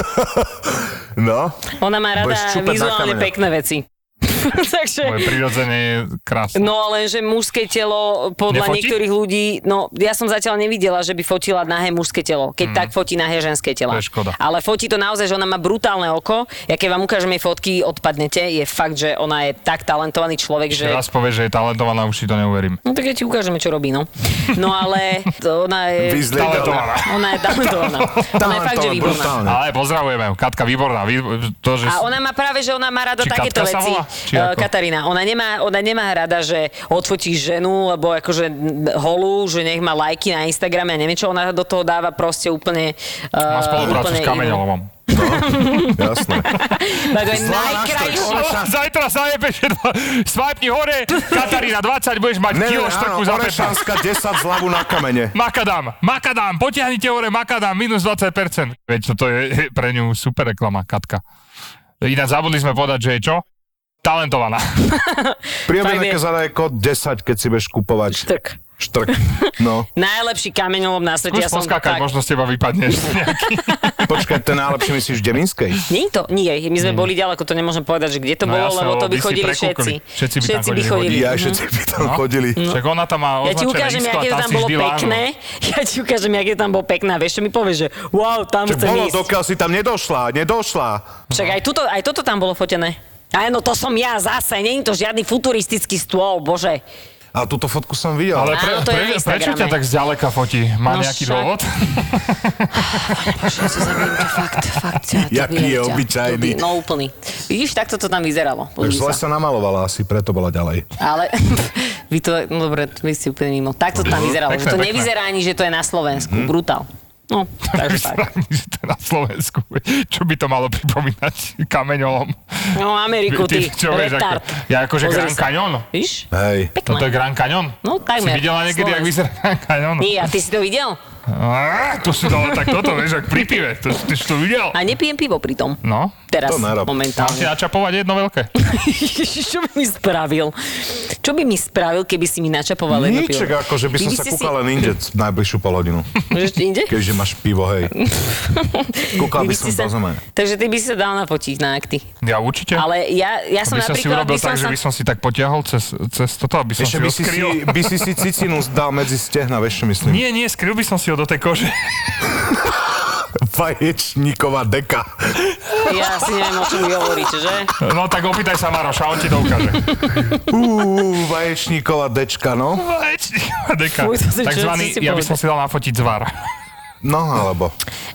[SPEAKER 4] <laughs>
[SPEAKER 5] No.
[SPEAKER 4] Ona má rada
[SPEAKER 5] Budeš čupať na
[SPEAKER 4] vizuálne
[SPEAKER 5] kameňa.
[SPEAKER 4] pekné veci. <laughs>
[SPEAKER 3] Moje
[SPEAKER 4] Takže...
[SPEAKER 3] prirodzenie je krásne.
[SPEAKER 4] No lenže mužské telo podľa
[SPEAKER 3] Nefotí?
[SPEAKER 4] niektorých ľudí, no ja som zatiaľ nevidela, že by fotila nahé mužské telo, keď tak fotí nahé ženské tela.
[SPEAKER 3] Mm. To je škoda.
[SPEAKER 4] Ale fotí to naozaj, že ona má brutálne oko. Ja keď vám ukážem jej fotky, odpadnete. Je fakt, že ona je tak talentovaný človek, že...
[SPEAKER 3] Ešte raz povieš, že je talentovaná, už si to neuverím.
[SPEAKER 4] No tak ja ti ukážeme, čo robí, no. No ale to ona je...
[SPEAKER 5] Vyzliedala.
[SPEAKER 3] Talentovaná.
[SPEAKER 4] Ona je talentovaná. Ona je fakt, že
[SPEAKER 5] Talentovaná,
[SPEAKER 4] výborná.
[SPEAKER 5] brutálna.
[SPEAKER 3] Ale pozdravujeme, ju. Katka, výborná. vy- To, že
[SPEAKER 4] A ona má práve, že ona má rada
[SPEAKER 3] Či
[SPEAKER 4] takéto
[SPEAKER 3] Katka sa
[SPEAKER 4] veci.
[SPEAKER 3] volá? Či
[SPEAKER 4] Eh,
[SPEAKER 3] ako?
[SPEAKER 4] Katarína, ona nemá, ona nemá rada, že odfotí ženu, alebo akože n- holú, že nech má lajky na Instagrame a neviem čo, ona do toho dáva proste úplne... eh,
[SPEAKER 3] má spoluprácu s kameňolomom.
[SPEAKER 5] No,
[SPEAKER 4] <laughs>
[SPEAKER 5] Jasné.
[SPEAKER 4] Tak je
[SPEAKER 5] Zlá
[SPEAKER 4] najkrajšie.
[SPEAKER 5] Oreša.
[SPEAKER 3] Zajtra zajebeš jedno. Svajpni hore, Katarína 20, budeš mať
[SPEAKER 5] Ne, ne,
[SPEAKER 3] kilo
[SPEAKER 5] áno,
[SPEAKER 3] štrku za 15.
[SPEAKER 5] Orešanska 10 zľavu na
[SPEAKER 4] <laughs>
[SPEAKER 5] kamene.
[SPEAKER 3] Makadam, makadam, potiahnite hore makadam, minus 20%. Veď toto je pre ňu super reklama, Katka. Ináč zabudli sme povedať, že je čo? Talentovaná.
[SPEAKER 5] Pri
[SPEAKER 4] Fakt je.
[SPEAKER 5] objednávke zadaje kód 10, keď si budeš kupovať
[SPEAKER 4] Štrk.
[SPEAKER 5] štrk. No,
[SPEAKER 4] Najlepší kameňolom na svete.
[SPEAKER 3] Skús
[SPEAKER 4] Ja som tak...
[SPEAKER 3] poskákať, možno z teba vypadneš
[SPEAKER 4] <laughs>
[SPEAKER 3] nejaký.
[SPEAKER 5] počkaj, to je najlepšie myslíš v Devinskej?
[SPEAKER 4] Nie, to, nie, my sme boli ďaleko, to nemôžem povedať, že kde to
[SPEAKER 3] Hmm. No
[SPEAKER 4] bolo,
[SPEAKER 3] jasné,
[SPEAKER 4] lebo to
[SPEAKER 3] lebo by
[SPEAKER 4] by
[SPEAKER 3] si
[SPEAKER 4] chodili všetci.
[SPEAKER 3] prekúkli. Všetci by tam chodili.
[SPEAKER 5] Ja
[SPEAKER 4] No.
[SPEAKER 5] všetci by tam chodili.
[SPEAKER 3] Však ona tam má
[SPEAKER 4] Ja ti
[SPEAKER 3] označené
[SPEAKER 4] ukážem,
[SPEAKER 3] isko a
[SPEAKER 4] aké
[SPEAKER 3] tam
[SPEAKER 4] tam
[SPEAKER 3] si
[SPEAKER 4] bolo
[SPEAKER 3] vždy lážu.
[SPEAKER 4] pekné. <laughs> Ja ti ukážem, aké tam bolo pekné. Vieš, čo mi povieš, že wow, tam
[SPEAKER 5] Čo
[SPEAKER 4] chcem
[SPEAKER 5] bolo,
[SPEAKER 4] ísť.
[SPEAKER 5] dokiaľ si tam nedošla, nedošla.
[SPEAKER 4] Však aj, tuto, aj toto tam bolo fotené. Áno, no, to som ja zase, není to žiadny futuristický stôl, bože.
[SPEAKER 5] A túto fotku som videl.
[SPEAKER 3] Ale
[SPEAKER 5] Ale...
[SPEAKER 3] pre,
[SPEAKER 4] Áno, to je
[SPEAKER 3] pre,
[SPEAKER 4] na Instagrame.
[SPEAKER 3] prečo ťa tak zďaleka fotí? Má
[SPEAKER 4] No
[SPEAKER 3] nejaký
[SPEAKER 4] však.
[SPEAKER 3] dôvod?
[SPEAKER 4] Bože, ja sa zabijem, to fakt, fakt. Ťa, to
[SPEAKER 5] Jaký
[SPEAKER 4] bijem
[SPEAKER 5] je
[SPEAKER 4] ťa, to
[SPEAKER 5] obyčajný.
[SPEAKER 4] bijem, No úplný. Vidíš, takto to tam vyzeralo.
[SPEAKER 5] Takže
[SPEAKER 4] ľudí
[SPEAKER 5] zle
[SPEAKER 3] vlastne-
[SPEAKER 4] sa.
[SPEAKER 5] sa namalovala asi, preto bola ďalej.
[SPEAKER 4] Ale <laughs> vy to, no dobre, vy ste úplne mimo. Takto to tam vyzeralo.
[SPEAKER 3] Mhm. Pekné,
[SPEAKER 4] že to
[SPEAKER 3] pekné. Mhm.
[SPEAKER 4] nevyzerá ani, že to je na Slovensku. Brutál. No, takže
[SPEAKER 3] <laughs>
[SPEAKER 4] tak.
[SPEAKER 3] Stranice na Slovensku. Čo by to malo pripomínať kameňolom?
[SPEAKER 4] No, Ameriku, ty,
[SPEAKER 3] čo vieš, ako,
[SPEAKER 4] retard.
[SPEAKER 3] ja akože
[SPEAKER 4] Pozri
[SPEAKER 3] Grand
[SPEAKER 4] sa.
[SPEAKER 3] Canyon.
[SPEAKER 4] Víš?
[SPEAKER 5] Hej.
[SPEAKER 3] Toto
[SPEAKER 4] Pekné.
[SPEAKER 3] je Grand Canyon.
[SPEAKER 4] No,
[SPEAKER 3] Si
[SPEAKER 4] takmer.
[SPEAKER 3] videla niekedy, jak
[SPEAKER 4] Slovensko.
[SPEAKER 3] vyzerá Grand Canyon?
[SPEAKER 4] Nie, a ty si to videl?
[SPEAKER 3] Á, to si dala tak toto, vieš, ak pri pive. To, ty si to videl.
[SPEAKER 4] A nepijem pivo pritom.
[SPEAKER 3] No,
[SPEAKER 4] Teraz,
[SPEAKER 5] To nerob.
[SPEAKER 3] mám si
[SPEAKER 4] momentálne.
[SPEAKER 3] načapovať jedno veľké.
[SPEAKER 4] Ježiš, čo by mi spravil? Čo by mi spravil, keby si mi načapoval jedno pivo?
[SPEAKER 5] Niček, ako že by som
[SPEAKER 4] Vy by
[SPEAKER 5] sa
[SPEAKER 4] ste si-
[SPEAKER 5] kúkal len inde c- najbližšiu polhodinu,
[SPEAKER 4] Že ešte inde?
[SPEAKER 5] keďže máš pivo,
[SPEAKER 4] <laughs>
[SPEAKER 5] hej.
[SPEAKER 4] Vy
[SPEAKER 5] Kúkal by
[SPEAKER 4] ste
[SPEAKER 5] som do zeme.
[SPEAKER 4] Takže ty by si sa dal nafotiť na akty.
[SPEAKER 3] Ja určite.
[SPEAKER 4] Ale ja, ja som
[SPEAKER 3] To by Hm. som si
[SPEAKER 4] napríklad...
[SPEAKER 3] urobil
[SPEAKER 4] by som
[SPEAKER 3] tak, že
[SPEAKER 4] sa-
[SPEAKER 3] by som si tak potiahol cez, cez toto, aby som si
[SPEAKER 5] Ešte by
[SPEAKER 3] ho
[SPEAKER 5] si, si,
[SPEAKER 3] skryl.
[SPEAKER 5] by si si cicinu dal medzi stehna, vieš čo myslím?
[SPEAKER 3] Nie, nie, skryl by som si ho do tej kože.
[SPEAKER 5] Vaječníková deka.
[SPEAKER 4] Ja si neviem, o čom vy hovoríte, že?
[SPEAKER 3] No tak opýtaj sa Maroša, on ti to ukáže.
[SPEAKER 5] Uú, vaječníková dečka, no.
[SPEAKER 3] Vaječníková <laughs> deka.
[SPEAKER 4] Fuj, to si čo
[SPEAKER 3] Takzvaný,
[SPEAKER 4] si si
[SPEAKER 3] ja by
[SPEAKER 4] povedal. No,
[SPEAKER 3] som si dal nafotiť zvar.
[SPEAKER 5] No alebo.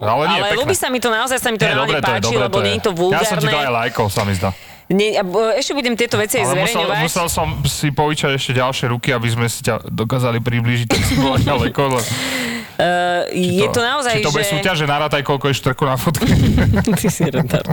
[SPEAKER 3] Ale No nie,
[SPEAKER 4] Ale
[SPEAKER 3] pekné.
[SPEAKER 4] ľúbi sa mi to, naozaj sa mi to
[SPEAKER 3] Nie, dobre
[SPEAKER 4] reálne
[SPEAKER 3] to je,
[SPEAKER 4] páči,
[SPEAKER 3] dobre
[SPEAKER 4] lebo
[SPEAKER 3] to je.
[SPEAKER 4] nie je to
[SPEAKER 3] Ja som ti
[SPEAKER 4] vulgárne.
[SPEAKER 3] to aj lajkov, sa mi zdá.
[SPEAKER 4] Nie, a bo- ešte budem tieto veci aj
[SPEAKER 3] Ale musel,
[SPEAKER 4] zverejňovať.
[SPEAKER 3] musel som si povičať ešte ďalšie ruky, aby sme si ťa dokázali priblížiť, tak si bola ďaleko. lebo-
[SPEAKER 4] Je to naozaj,
[SPEAKER 3] Či to bude
[SPEAKER 4] že...
[SPEAKER 3] súťaž, že narátaj, koľko je štrku na fotke. <laughs>
[SPEAKER 4] Ty si retard.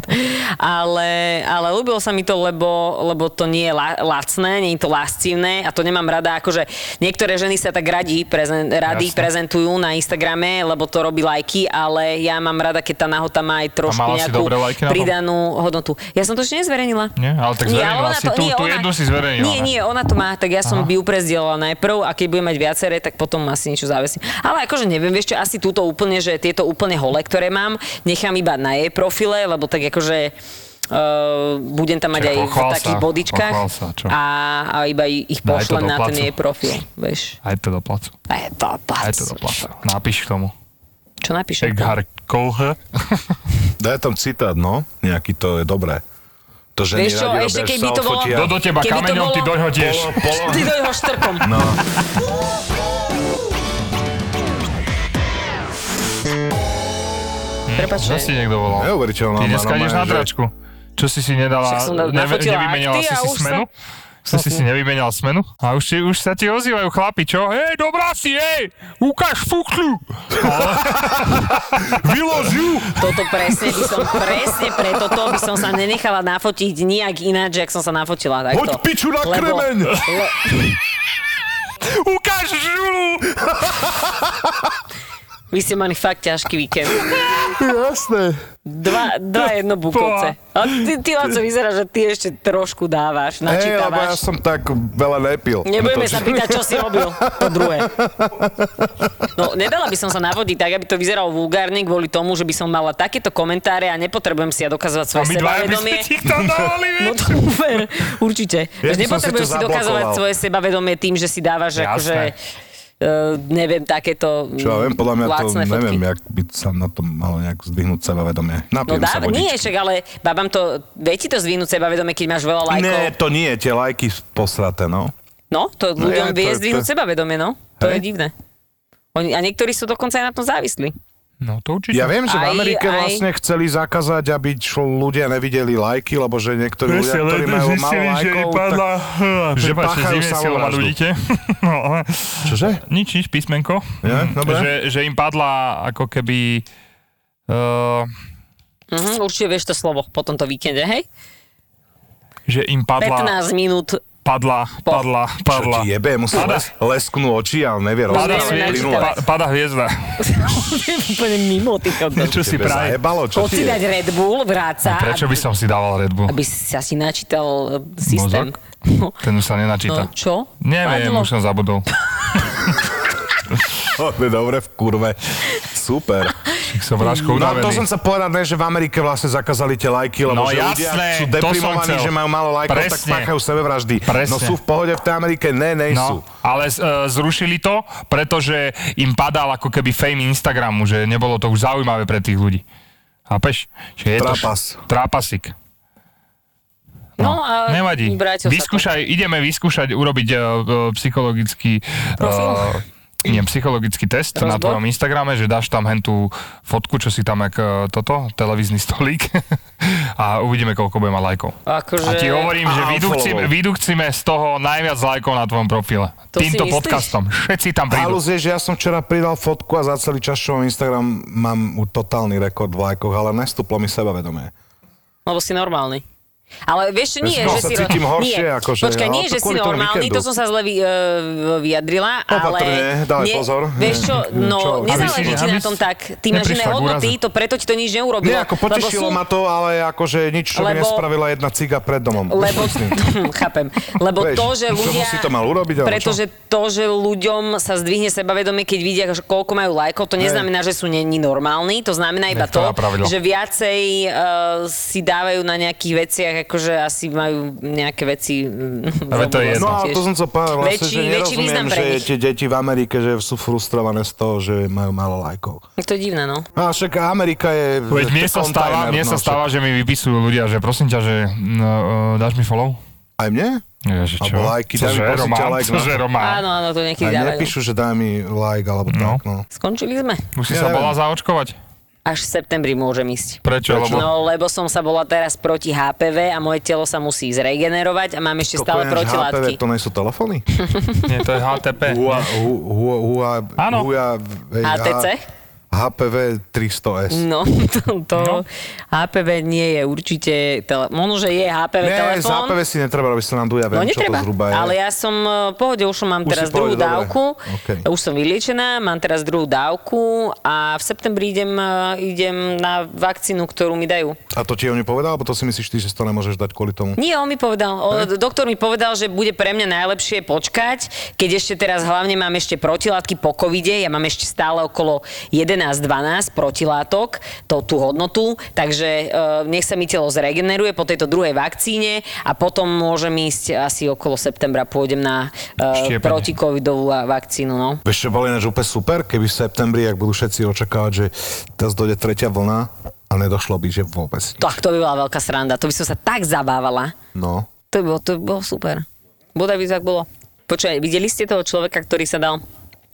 [SPEAKER 4] Ale, ale ľúbilo sa mi to, lebo, lebo to nie je la, lacné, nie je to lascivné a to nemám rada, akože niektoré ženy sa tak radi, prezen, rady
[SPEAKER 3] Jasné.
[SPEAKER 4] prezentujú na Instagrame, lebo to robí lajky, ale ja mám rada, keď tá nahota má aj trošku
[SPEAKER 3] mala si
[SPEAKER 4] nejakú
[SPEAKER 3] dobré lajky na tom?
[SPEAKER 4] pridanú hodnotu. Ja som to ešte nezverejnila.
[SPEAKER 3] Nie? Ale tak zverejnila si. Tú- tú jednu si zverejnila,
[SPEAKER 4] Nie,
[SPEAKER 3] ne?
[SPEAKER 4] nie, ona to má, tak ja som by ju prezdielala najprv a keď budem mať viaceré, tak potom asi niečo závesím. Ale akože neviem, vieš čo, asi túto úplne, že tieto úplne hole, ktoré mám, nechám iba na jej profile, lebo tak akože Uh, budem tam mať
[SPEAKER 3] Čiže
[SPEAKER 4] aj v
[SPEAKER 3] pochvál
[SPEAKER 4] takých
[SPEAKER 3] sa,
[SPEAKER 4] bodičkách
[SPEAKER 3] pochvál sa, čo?
[SPEAKER 4] a, a iba ich ich
[SPEAKER 3] Daj to
[SPEAKER 4] pošlem
[SPEAKER 3] do
[SPEAKER 4] na ten
[SPEAKER 3] placu.
[SPEAKER 4] jej profil, vieš.
[SPEAKER 3] Aj to do placu.
[SPEAKER 4] A je to
[SPEAKER 3] Aj
[SPEAKER 4] plac.
[SPEAKER 3] to do placu. Napíš k tomu.
[SPEAKER 4] Čo napíšem?
[SPEAKER 3] Edgar Kohl.
[SPEAKER 5] Daj tam citát, no. Nejaký to je dobré. To, že
[SPEAKER 4] Vieš čo,
[SPEAKER 5] neradi
[SPEAKER 4] ešte
[SPEAKER 5] robia,
[SPEAKER 4] keď
[SPEAKER 5] že sa
[SPEAKER 4] by to bolo-
[SPEAKER 5] odfotia.
[SPEAKER 3] Do, do teba
[SPEAKER 4] Keby to
[SPEAKER 3] kameňom, ty
[SPEAKER 4] bolo-
[SPEAKER 3] doň ho tiež.
[SPEAKER 5] Polo, polo.
[SPEAKER 4] Ty do jeho štrkom.
[SPEAKER 5] No,
[SPEAKER 4] Prepač,
[SPEAKER 3] Čo si niekto volal?
[SPEAKER 5] neuveriteľná.
[SPEAKER 3] Ty
[SPEAKER 5] mama,
[SPEAKER 3] dneska ideš na
[SPEAKER 5] že-
[SPEAKER 3] dračku. Čo si si nedala,
[SPEAKER 4] Však som na-
[SPEAKER 3] neve,
[SPEAKER 4] nafotila
[SPEAKER 3] nevymenila
[SPEAKER 4] akty
[SPEAKER 3] si
[SPEAKER 4] a
[SPEAKER 3] si
[SPEAKER 4] už
[SPEAKER 3] smenu? Sa... Si si nevymenila smenu? A už, ti, už sa ti ozývajú chlapi, čo? Hej, dobrá si, hej! Ukáž fuklu!
[SPEAKER 5] Vylož ju!
[SPEAKER 4] toto presne by som, presne pre toto by som sa nenechala nafotiť nijak ináč, jak som sa nafotila takto.
[SPEAKER 5] Hoď piču na
[SPEAKER 4] Lebo-
[SPEAKER 5] kremeň!
[SPEAKER 4] Le,
[SPEAKER 3] Ukáž žulu!
[SPEAKER 4] vy ste mali fakt ťažký víkend.
[SPEAKER 5] Jasné.
[SPEAKER 4] Dva, dva jedno bukovce. A ty, ty Laco, vyzerá, že ty ešte trošku dávaš,
[SPEAKER 5] Hej, lebo ja
[SPEAKER 4] načítavaš.
[SPEAKER 5] som tak veľa nepil.
[SPEAKER 4] Nebudeme
[SPEAKER 5] To- <laughs>
[SPEAKER 4] sa pýtať, čo si robil, to druhé. No, nedala by som sa navodiť tak, aby to vyzeralo vulgárne kvôli tomu, že by som mala takéto komentáre a nepotrebujem si ja dokazovať
[SPEAKER 3] A
[SPEAKER 4] svoje
[SPEAKER 3] my dvaja by sme
[SPEAKER 4] sebavedomie.
[SPEAKER 3] ti to dali,
[SPEAKER 4] <laughs> No
[SPEAKER 3] vieš?
[SPEAKER 4] to uver, určite. Že
[SPEAKER 5] Ja by som si
[SPEAKER 4] nepotrebuješ
[SPEAKER 5] to
[SPEAKER 4] si dokazovať
[SPEAKER 5] zablokoval.
[SPEAKER 4] svoje sebavedomie tým, že si dávaš
[SPEAKER 3] Jasné.
[SPEAKER 4] akože, uh, neviem, takéto
[SPEAKER 5] Čo ja viem, podľa mňa to
[SPEAKER 4] lacné fotky.
[SPEAKER 5] neviem, jak by sa na tom malo nejak zdvihnúť sebavedomie.
[SPEAKER 4] No
[SPEAKER 5] Napijem sa
[SPEAKER 4] dáva,
[SPEAKER 5] vodičky.
[SPEAKER 4] nie, však, ale babám to, vie ti to zvinúť sebavedomie, keď máš veľa lajkov.
[SPEAKER 5] Ne, to nie, tie lajky posraté, no.
[SPEAKER 4] No, to
[SPEAKER 5] No
[SPEAKER 4] ľuďom
[SPEAKER 5] ja, to
[SPEAKER 4] vie
[SPEAKER 5] je- to-
[SPEAKER 4] zdvihnúť sebavedomie, no. To je
[SPEAKER 5] Hej.
[SPEAKER 4] divné. Oni, a niektorí sú dokonca aj na tom závislí.
[SPEAKER 3] No to určite.
[SPEAKER 5] Ja viem, že
[SPEAKER 4] Aj-
[SPEAKER 5] v Amerike
[SPEAKER 4] aj-
[SPEAKER 5] vlastne chceli zakázať, aby čo ľudia nevideli lajky, lebo že niektorí ľudia, ktorí majú málo lajkov, tak... že
[SPEAKER 3] prepáčte,
[SPEAKER 5] páchajú
[SPEAKER 3] zimne silom a
[SPEAKER 5] samovraždu.
[SPEAKER 3] ľudíte. <laughs> No, ale
[SPEAKER 5] Čože?
[SPEAKER 3] nič, nič, písmenko.
[SPEAKER 5] Ja,
[SPEAKER 3] Mm,
[SPEAKER 5] dobre.
[SPEAKER 3] Že, že im padla ako keby... Uh,
[SPEAKER 4] Mhm, určite vieš to slovo po tomto víkende, hej?
[SPEAKER 3] že im padla,
[SPEAKER 4] 15
[SPEAKER 5] <laughs>
[SPEAKER 4] minút.
[SPEAKER 3] padla, padla,
[SPEAKER 5] Čo
[SPEAKER 3] padla.
[SPEAKER 5] ti jebe, mu sa
[SPEAKER 3] Pada.
[SPEAKER 5] les, lesknú oči a on nevie
[SPEAKER 3] Pada,
[SPEAKER 5] rozprávať.
[SPEAKER 4] neviem,
[SPEAKER 3] sviet,
[SPEAKER 4] načítavať.
[SPEAKER 5] plynule.
[SPEAKER 4] čítavať.
[SPEAKER 3] pa, pada hviezda.
[SPEAKER 4] Úplne mimo <laughs> tých
[SPEAKER 3] Čo si
[SPEAKER 5] Tebe
[SPEAKER 3] praje?
[SPEAKER 5] zajebalo, čo
[SPEAKER 4] Chod
[SPEAKER 5] ti
[SPEAKER 4] si
[SPEAKER 5] je?
[SPEAKER 4] dať Red Bull, vráca.
[SPEAKER 3] Prečo by som si dával Red Bull?
[SPEAKER 4] aby si asi načítal e, systém.
[SPEAKER 3] Mozog?
[SPEAKER 4] No,
[SPEAKER 3] Ten už sa
[SPEAKER 4] no
[SPEAKER 3] nenačíta.
[SPEAKER 4] čo?
[SPEAKER 3] Neviem,
[SPEAKER 4] Padlo?
[SPEAKER 3] už som zabudol.
[SPEAKER 5] To je Dobre, v kurve. Super.
[SPEAKER 3] Tak Som vražkou
[SPEAKER 5] No to
[SPEAKER 3] unavený.
[SPEAKER 5] som sa povedať, ne, že v Amerike vlastne zakázali tie lajky, lebo
[SPEAKER 3] No
[SPEAKER 5] že
[SPEAKER 3] jasné,
[SPEAKER 5] ľudia sú
[SPEAKER 3] to som
[SPEAKER 5] deprimovaní,
[SPEAKER 3] chcel.
[SPEAKER 5] že majú málo lajkov, tak
[SPEAKER 3] Presne.
[SPEAKER 5] páchajú sebevraždy.
[SPEAKER 3] Presne.
[SPEAKER 5] No sú v pohode v tej Amerike? Ne, nejsú.
[SPEAKER 3] No, ale z- e, zrušili to, pretože im padal ako keby fame Instagramu, že nebolo to už zaujímavé pre tých ľudí. Chápeš? Že je
[SPEAKER 5] Trapas.
[SPEAKER 3] To š- trápasik.
[SPEAKER 4] No, a
[SPEAKER 3] Nevadí.
[SPEAKER 4] vrátil sa to.
[SPEAKER 3] Vyskúšaj, ideme vyskúšať urobiť uh, e, psychologický...
[SPEAKER 4] Profil?
[SPEAKER 3] e, idem psychologický test Rozbor? na
[SPEAKER 4] Rozbor?
[SPEAKER 3] tvojom Instagrame, že dáš tam hen tú fotku, čo si tam jak e, toto, televízny <laughs> stolík a uvidíme, koľko bude mať lajkov.
[SPEAKER 4] Akože...
[SPEAKER 3] A ti hovorím,
[SPEAKER 5] A
[SPEAKER 3] že vydukcime,
[SPEAKER 5] unfollowov.
[SPEAKER 3] vydukcime z toho najviac lajkov na tvojom profile.
[SPEAKER 4] To si
[SPEAKER 3] Týmto
[SPEAKER 4] myslíš?
[SPEAKER 3] podcastom. Všetci tam prídu.
[SPEAKER 5] Halus je, že ja som včera pridal fotku a za celý čas, čo mám Instagram, mám u- totálny rekord v lajkoch, ale nestúplo mi sebavedomie.
[SPEAKER 4] Lebo si normálny. Ale vieš, nie, že
[SPEAKER 5] No, sa
[SPEAKER 4] si...
[SPEAKER 5] cítim horšie,
[SPEAKER 4] nie.
[SPEAKER 5] akože,
[SPEAKER 4] Počkaj,
[SPEAKER 5] ale
[SPEAKER 4] nie,
[SPEAKER 5] to
[SPEAKER 4] že si
[SPEAKER 5] kvôli tomu
[SPEAKER 4] normálny,
[SPEAKER 5] víkendu.
[SPEAKER 4] to som sa zle vy, uh, vyjadrila, ale...
[SPEAKER 5] Opatrne, dávaj pozor.
[SPEAKER 4] Vieš čo,
[SPEAKER 5] Nie,
[SPEAKER 4] no,
[SPEAKER 5] čo? Aby si-
[SPEAKER 4] nezáleží ti
[SPEAKER 3] aby
[SPEAKER 4] na
[SPEAKER 3] si
[SPEAKER 4] tom tak. Ty máš
[SPEAKER 3] neprišla
[SPEAKER 4] iné
[SPEAKER 3] k
[SPEAKER 4] hodnoty,
[SPEAKER 3] úrazu.
[SPEAKER 4] to preto ti to nič neurobilo.
[SPEAKER 5] Nie, ako
[SPEAKER 4] No, lebo
[SPEAKER 5] potešilo
[SPEAKER 4] sú-
[SPEAKER 5] ma to, ale akože nič, čo by
[SPEAKER 4] Lebo-
[SPEAKER 5] nespravila jedna ciga pred domom.
[SPEAKER 4] Lebo,
[SPEAKER 5] Myslím.
[SPEAKER 4] chápem, lebo
[SPEAKER 5] Vieš,
[SPEAKER 4] to, že
[SPEAKER 5] čo
[SPEAKER 4] ľudia...
[SPEAKER 5] si to mal urobiť, alebo čo?
[SPEAKER 4] Pretože to, že ľuďom sa zdvihne sebavedomie, keď vidia, že koľko majú lajkov, to neznamená, že sú není normálni, to znamená iba
[SPEAKER 3] to
[SPEAKER 4] to,
[SPEAKER 3] má pravidlo.
[SPEAKER 4] že viacej uh, si dávajú na nejakých veciach, akože asi majú nejaké veci... mm,
[SPEAKER 3] Ale to je jedno.
[SPEAKER 5] No a to som sa povedal vlastne,
[SPEAKER 4] Väčší-
[SPEAKER 5] že
[SPEAKER 4] väčší
[SPEAKER 5] nerozumiem,
[SPEAKER 4] význam pre
[SPEAKER 5] že
[SPEAKER 4] nich.
[SPEAKER 5] tie deti v Amerike že sú frustrované z toho, že majú málo lajkov.
[SPEAKER 4] To je divné, no.
[SPEAKER 5] A však Amerika je...
[SPEAKER 3] Veď mne
[SPEAKER 5] to
[SPEAKER 3] sa stáva,
[SPEAKER 5] kontajner,
[SPEAKER 3] mne
[SPEAKER 5] no,
[SPEAKER 3] sa
[SPEAKER 5] čo-
[SPEAKER 3] stáva, že mi vypisujú ľudia, že prosím ťa, že no, e, dáš mi follow?
[SPEAKER 5] Aj mne?
[SPEAKER 3] Ježe, čo?
[SPEAKER 5] Alebo lajky, daj mi
[SPEAKER 3] Cože,
[SPEAKER 5] prosím ťa,
[SPEAKER 3] Román?
[SPEAKER 5] like na-
[SPEAKER 3] Cože, Román?
[SPEAKER 4] Áno, áno, to
[SPEAKER 5] Aj
[SPEAKER 4] niekedy
[SPEAKER 5] mne
[SPEAKER 4] dávajú.
[SPEAKER 5] píšu, že daj mi like alebo tak, no.
[SPEAKER 4] Skončili sme.
[SPEAKER 3] Musí
[SPEAKER 5] Ja
[SPEAKER 3] sa
[SPEAKER 5] neviem.
[SPEAKER 3] bola
[SPEAKER 4] <laughs>
[SPEAKER 3] zaočkovať?
[SPEAKER 4] Až v septembri môžem ísť.
[SPEAKER 3] Prečo? Lebo...
[SPEAKER 4] No, lebo som sa bola teraz proti HPV a moje telo sa musí zregenerovať a mám ešte stále
[SPEAKER 5] Kokojenáš HPV,
[SPEAKER 4] protilátky.
[SPEAKER 5] to nie sú
[SPEAKER 3] <laughs>
[SPEAKER 5] telefóny?
[SPEAKER 3] Nie, to je HTP.
[SPEAKER 5] Hua, hu, hua, hua,
[SPEAKER 3] Áno.
[SPEAKER 5] hua, hej,
[SPEAKER 4] HTC?
[SPEAKER 5] A- HPV 300S.
[SPEAKER 4] No, <laughs> to, to no. HPV nie je určite, tele, možno, že je HPV
[SPEAKER 5] Nie, z
[SPEAKER 4] telefón.
[SPEAKER 5] HPV si netreba robiť srandu, ja
[SPEAKER 4] No
[SPEAKER 5] viem, čo to
[SPEAKER 4] netreba,
[SPEAKER 5] zhruba je.
[SPEAKER 4] ale ja som eh, v pohode, už som mám
[SPEAKER 5] Už
[SPEAKER 4] teraz
[SPEAKER 5] si v
[SPEAKER 4] druhú
[SPEAKER 5] pohode, dobre.
[SPEAKER 4] dávku,
[SPEAKER 5] Okej.
[SPEAKER 4] už som vyliečená, mám teraz druhú dávku a v septembri idem, eh, idem na vakcínu, ktorú mi dajú.
[SPEAKER 5] A to ti oni povedal, alebo to si myslíš ty, že si to nemôžeš dať kvôli tomu?
[SPEAKER 4] Nie, on mi povedal, o, doktor mi povedal, že bude pre mňa najlepšie počkať, keď ešte teraz hlavne mám ešte protilátky po covide, ja mám ešte stále okolo 11-12 protilátok, to, tú hodnotu, takže e, nech sa mi telo zregeneruje po tejto druhej vakcíne a potom môžem ísť asi okolo septembra pôjdem na e,
[SPEAKER 3] Štiepenie.
[SPEAKER 4] protikovidovú a- vakcínu. No.
[SPEAKER 5] Vieš, čo bolo ináč úplne super, keby v septembri, ak budú všetci očakávať, že teraz dojde tretia vlna a nedošlo by, že vôbec.
[SPEAKER 4] Tak to by bola veľká sranda, to by som sa tak zabávala.
[SPEAKER 5] No.
[SPEAKER 4] To by bolo, to by bolo super. Bodaj by to tak bolo. Počúvaj, videli ste toho človeka, ktorý sa dal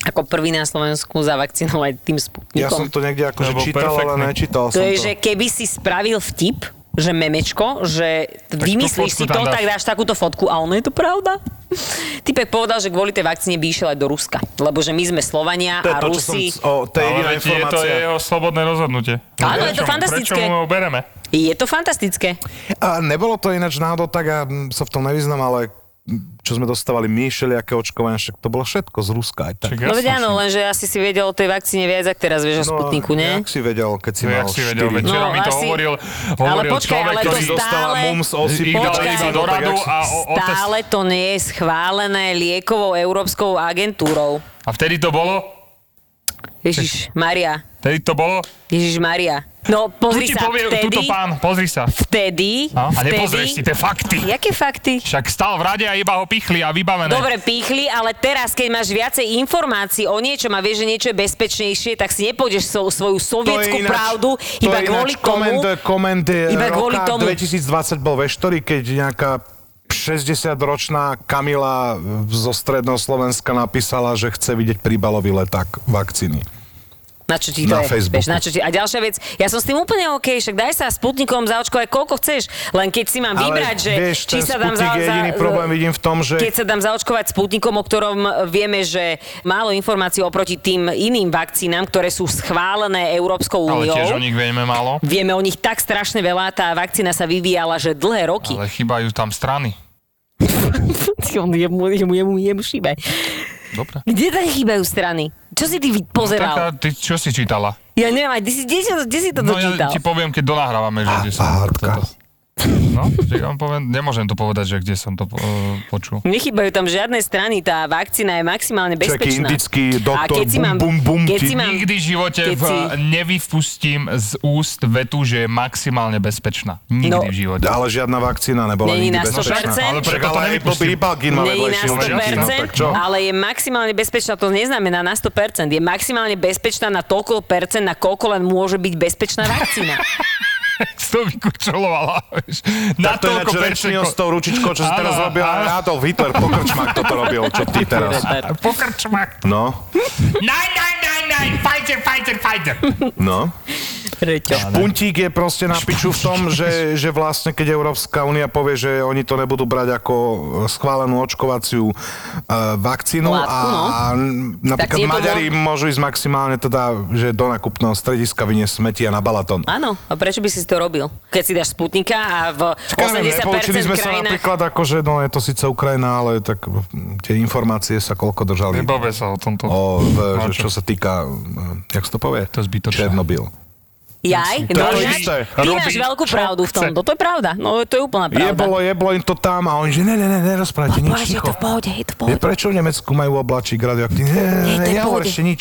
[SPEAKER 4] ako prvý na Slovensku zavakcinovať tým sputnikom?
[SPEAKER 5] Ja som to niekde
[SPEAKER 3] To
[SPEAKER 5] akože
[SPEAKER 3] bol
[SPEAKER 5] čítal, ale
[SPEAKER 3] perfektný.
[SPEAKER 5] nečítal
[SPEAKER 4] to
[SPEAKER 5] som
[SPEAKER 4] je,
[SPEAKER 5] to.
[SPEAKER 4] že keby si spravil vtip, že memečko, že vymyslíš
[SPEAKER 3] fotku
[SPEAKER 4] si to,
[SPEAKER 3] tam dáš.
[SPEAKER 4] tak dáš takúto fotku a ono je to pravda. <laughs> Typek povedal, že kvôli tej vakcíne by išiel aj do Ruska, lebo že my sme Slovania
[SPEAKER 5] To je
[SPEAKER 4] a
[SPEAKER 5] to, čo som...
[SPEAKER 4] Rusi.
[SPEAKER 5] O, to je jediná
[SPEAKER 3] Ale veď je to
[SPEAKER 5] informácia.
[SPEAKER 3] jeho slobodné rozhodnutie.
[SPEAKER 4] Áno, je to
[SPEAKER 3] Prečo mu-
[SPEAKER 4] fantastické.
[SPEAKER 3] Prečo mu ho bereme?
[SPEAKER 4] Je to fantastické.
[SPEAKER 5] A nebolo to ináč náhodou tak, ja mm, sa v tom nevyznam, ale mm, čo sme dostávali my, všelijaké očkovania, však to bolo všetko z Ruska aj
[SPEAKER 3] Čak
[SPEAKER 5] tak. No,
[SPEAKER 4] no
[SPEAKER 3] jasné,
[SPEAKER 4] veď áno,
[SPEAKER 3] však.
[SPEAKER 4] lenže asi si vedel o tej vakcíne viac, ak teraz vieš o Sputniku, nie?
[SPEAKER 5] Jak si vedel, keď si
[SPEAKER 3] No,
[SPEAKER 5] mal
[SPEAKER 3] jak si vedel, veď
[SPEAKER 5] 4.
[SPEAKER 3] včera
[SPEAKER 4] No,
[SPEAKER 3] mi to
[SPEAKER 4] asi-
[SPEAKER 3] hovoril,
[SPEAKER 4] Ale
[SPEAKER 3] hovoril
[SPEAKER 4] počkaj,
[SPEAKER 3] človek,
[SPEAKER 4] No, ale to
[SPEAKER 3] ktorý
[SPEAKER 4] stále-
[SPEAKER 5] dostala mums
[SPEAKER 3] ich dal
[SPEAKER 4] Počkaj.
[SPEAKER 3] iba do radu a o, o test.
[SPEAKER 4] Stále to nie je schválené liekovou európskou agentúrou.
[SPEAKER 3] A vtedy to bolo?
[SPEAKER 4] Ježiš, Maria.
[SPEAKER 3] Vtedy to bolo?
[SPEAKER 4] Ježiš, Maria. No,
[SPEAKER 3] Tu
[SPEAKER 4] pozri
[SPEAKER 3] ti
[SPEAKER 4] sa,
[SPEAKER 3] povie
[SPEAKER 4] vtedy,
[SPEAKER 3] túto pán, pozri sa.
[SPEAKER 4] vtedy,
[SPEAKER 3] A, a
[SPEAKER 4] vtedy,
[SPEAKER 3] nepozrieš si tie fakty.
[SPEAKER 4] Jaké fakty?
[SPEAKER 3] Však stál v rade a iba ho pichli a vybavené.
[SPEAKER 4] Dobre, pýchli, ale teraz, keď máš viacej informácií o niečom a vieš, že niečo je bezpečnejšie, tak si nepôjdeš so, svoju sovietskú pravdu
[SPEAKER 5] to
[SPEAKER 4] iba
[SPEAKER 5] je
[SPEAKER 4] kvôli
[SPEAKER 5] ináč koment,
[SPEAKER 4] tomu.
[SPEAKER 5] koment
[SPEAKER 4] Iba
[SPEAKER 5] iba
[SPEAKER 4] kvôli
[SPEAKER 5] roka
[SPEAKER 4] tomu.
[SPEAKER 5] 2020 bol ve štori, keď nejaká 60-ročná Kamila eh, zo stredného Slovenska napísala, že chce vidieť príbalový leták vakcíny.
[SPEAKER 4] Na čo ti to
[SPEAKER 5] Na
[SPEAKER 4] je?
[SPEAKER 5] Facebooku.
[SPEAKER 4] Vieš, na čo ti... A ďalšia vec, ja som s tým úplne OK, však daj sa Sputnikom zaočkovať koľko chceš, len keď si mám vybrať,
[SPEAKER 5] Ale
[SPEAKER 4] že
[SPEAKER 5] vieš,
[SPEAKER 4] či
[SPEAKER 5] ten
[SPEAKER 4] sa dám za,
[SPEAKER 5] Sputnik je jediný
[SPEAKER 4] za,
[SPEAKER 5] problém vidím v tom, že...
[SPEAKER 4] keď sa dám zaočkovať sputnikom, o ktorom vieme, že málo informácií oproti tým iným vakcínám, ktoré sú schválené Európskou
[SPEAKER 3] Ale
[SPEAKER 4] úniou.
[SPEAKER 3] tiež o nich vieme málo.
[SPEAKER 4] Vieme o nich tak strašne veľa, tá vakcína sa vyvíjala, že dlhé roky. <laughs>
[SPEAKER 3] Ale chýbajú tam strany.
[SPEAKER 4] On je mu, je mu, je mu, je mu šíbe.
[SPEAKER 3] Dobre.
[SPEAKER 4] Kde tam chýbajú strany? Čo si ty
[SPEAKER 5] No,
[SPEAKER 4] vy-
[SPEAKER 3] Taká,
[SPEAKER 4] pozeral?
[SPEAKER 3] ty čo si čítala?
[SPEAKER 4] Ja neviem, aj kde si, kde si, to- kde si to
[SPEAKER 3] No ja
[SPEAKER 4] dočítal?
[SPEAKER 3] ti poviem, keď donahrávame,
[SPEAKER 5] Ah,
[SPEAKER 3] že kde som.
[SPEAKER 5] hádka.
[SPEAKER 3] toto- No, že ja vám poviem, nemôžem to povedať, že kde som to eh, počul.
[SPEAKER 4] Nechýbajú tam žiadne strany, tá vakcína je maximálne
[SPEAKER 5] Čo je aký
[SPEAKER 4] bezpečná.
[SPEAKER 5] indický
[SPEAKER 4] A
[SPEAKER 5] doktor,
[SPEAKER 4] keď si
[SPEAKER 5] bum,
[SPEAKER 4] mám,
[SPEAKER 5] bum, bum,
[SPEAKER 4] keď
[SPEAKER 5] ti-
[SPEAKER 4] si mám,
[SPEAKER 3] Nikdy v živote
[SPEAKER 4] keď
[SPEAKER 3] v,
[SPEAKER 4] si-
[SPEAKER 3] nevyvpustím z úst vetu, že je maximálne bezpečná. Nikdy
[SPEAKER 4] No.
[SPEAKER 3] v živote.
[SPEAKER 5] Ale žiadna vakcína nebola
[SPEAKER 4] Není
[SPEAKER 5] nikdy
[SPEAKER 4] na
[SPEAKER 5] bezpečná.
[SPEAKER 4] 100%?
[SPEAKER 5] Ale
[SPEAKER 3] Však
[SPEAKER 5] preto to
[SPEAKER 3] ale aj
[SPEAKER 5] nevypustím.
[SPEAKER 3] Bobby
[SPEAKER 5] Balgin má
[SPEAKER 4] Není na
[SPEAKER 5] vedľajšie účinky, no tak
[SPEAKER 4] 100%,
[SPEAKER 5] čo?
[SPEAKER 4] ale je maximálne bezpečná, to neznamená na 100%, je maximálne bezpečná na toľko percent, na koľko len môže byť bezpečná vakcína.
[SPEAKER 3] s <laughs> to vykurčolovala. vieš. Na
[SPEAKER 5] tak to ináč
[SPEAKER 3] toľko
[SPEAKER 5] rečnil
[SPEAKER 3] perceko-
[SPEAKER 5] s tou ručičkou, čo si
[SPEAKER 3] Áno,
[SPEAKER 5] teraz robil.
[SPEAKER 3] áno.
[SPEAKER 5] Rádov Hitler Pokrčmak toto robil, čo ty <laughs> teraz.
[SPEAKER 3] Pokrčmak.
[SPEAKER 5] No,
[SPEAKER 3] Nein, nein, nein, nein, fighter, fighter, fighter.
[SPEAKER 5] no.
[SPEAKER 4] Reťo.
[SPEAKER 5] Puntík je proste na piču v tom, že, že vlastne keď Európska únia povie, že oni to nebudú brať ako schválenú očkovaciu e, vakcínu
[SPEAKER 4] Látku,
[SPEAKER 5] a,
[SPEAKER 4] no.
[SPEAKER 5] a n- napríklad
[SPEAKER 4] Tak je to
[SPEAKER 5] Maďari môžu ísť maximálne teda, že do nakupného strediska vyniesť smetia na Balaton.
[SPEAKER 4] Áno, a prečo by si to robil? Keď si dáš Sputnika a v
[SPEAKER 5] Ja neviem,
[SPEAKER 4] 80%
[SPEAKER 5] nepoučili sme sa
[SPEAKER 4] krajinách...
[SPEAKER 5] napríklad ako, že no je to síce Ukrajina, ale tak mm, tie informácie sa koľko držali
[SPEAKER 3] Nebavme sa o tomto.
[SPEAKER 5] o,
[SPEAKER 3] No,
[SPEAKER 5] v, že, čo sa týka, mm, jak sa to povie?
[SPEAKER 3] To je zbytočné.
[SPEAKER 5] Černobyl.
[SPEAKER 4] Jaj,
[SPEAKER 5] To
[SPEAKER 4] no,
[SPEAKER 5] je
[SPEAKER 4] ináč,
[SPEAKER 5] isté.
[SPEAKER 4] ty máš
[SPEAKER 3] Robí,
[SPEAKER 4] veľkú
[SPEAKER 3] čo
[SPEAKER 4] pravdu v tom.
[SPEAKER 3] chce.
[SPEAKER 4] To je pravda. No to je úplná pravda.
[SPEAKER 5] Jebolo, jebolo im to tam a oni, že ne, ne, ne, nerozprávajte nič.
[SPEAKER 4] Povedz, je
[SPEAKER 5] ticho.
[SPEAKER 4] to v pohode, je to v
[SPEAKER 5] Je
[SPEAKER 4] pohode.
[SPEAKER 5] prečo v Nemecku majú oblačík radioaktívny? Nie, nie,
[SPEAKER 4] Nie, to je
[SPEAKER 5] nie, ja
[SPEAKER 4] pohode.
[SPEAKER 5] ešte nič.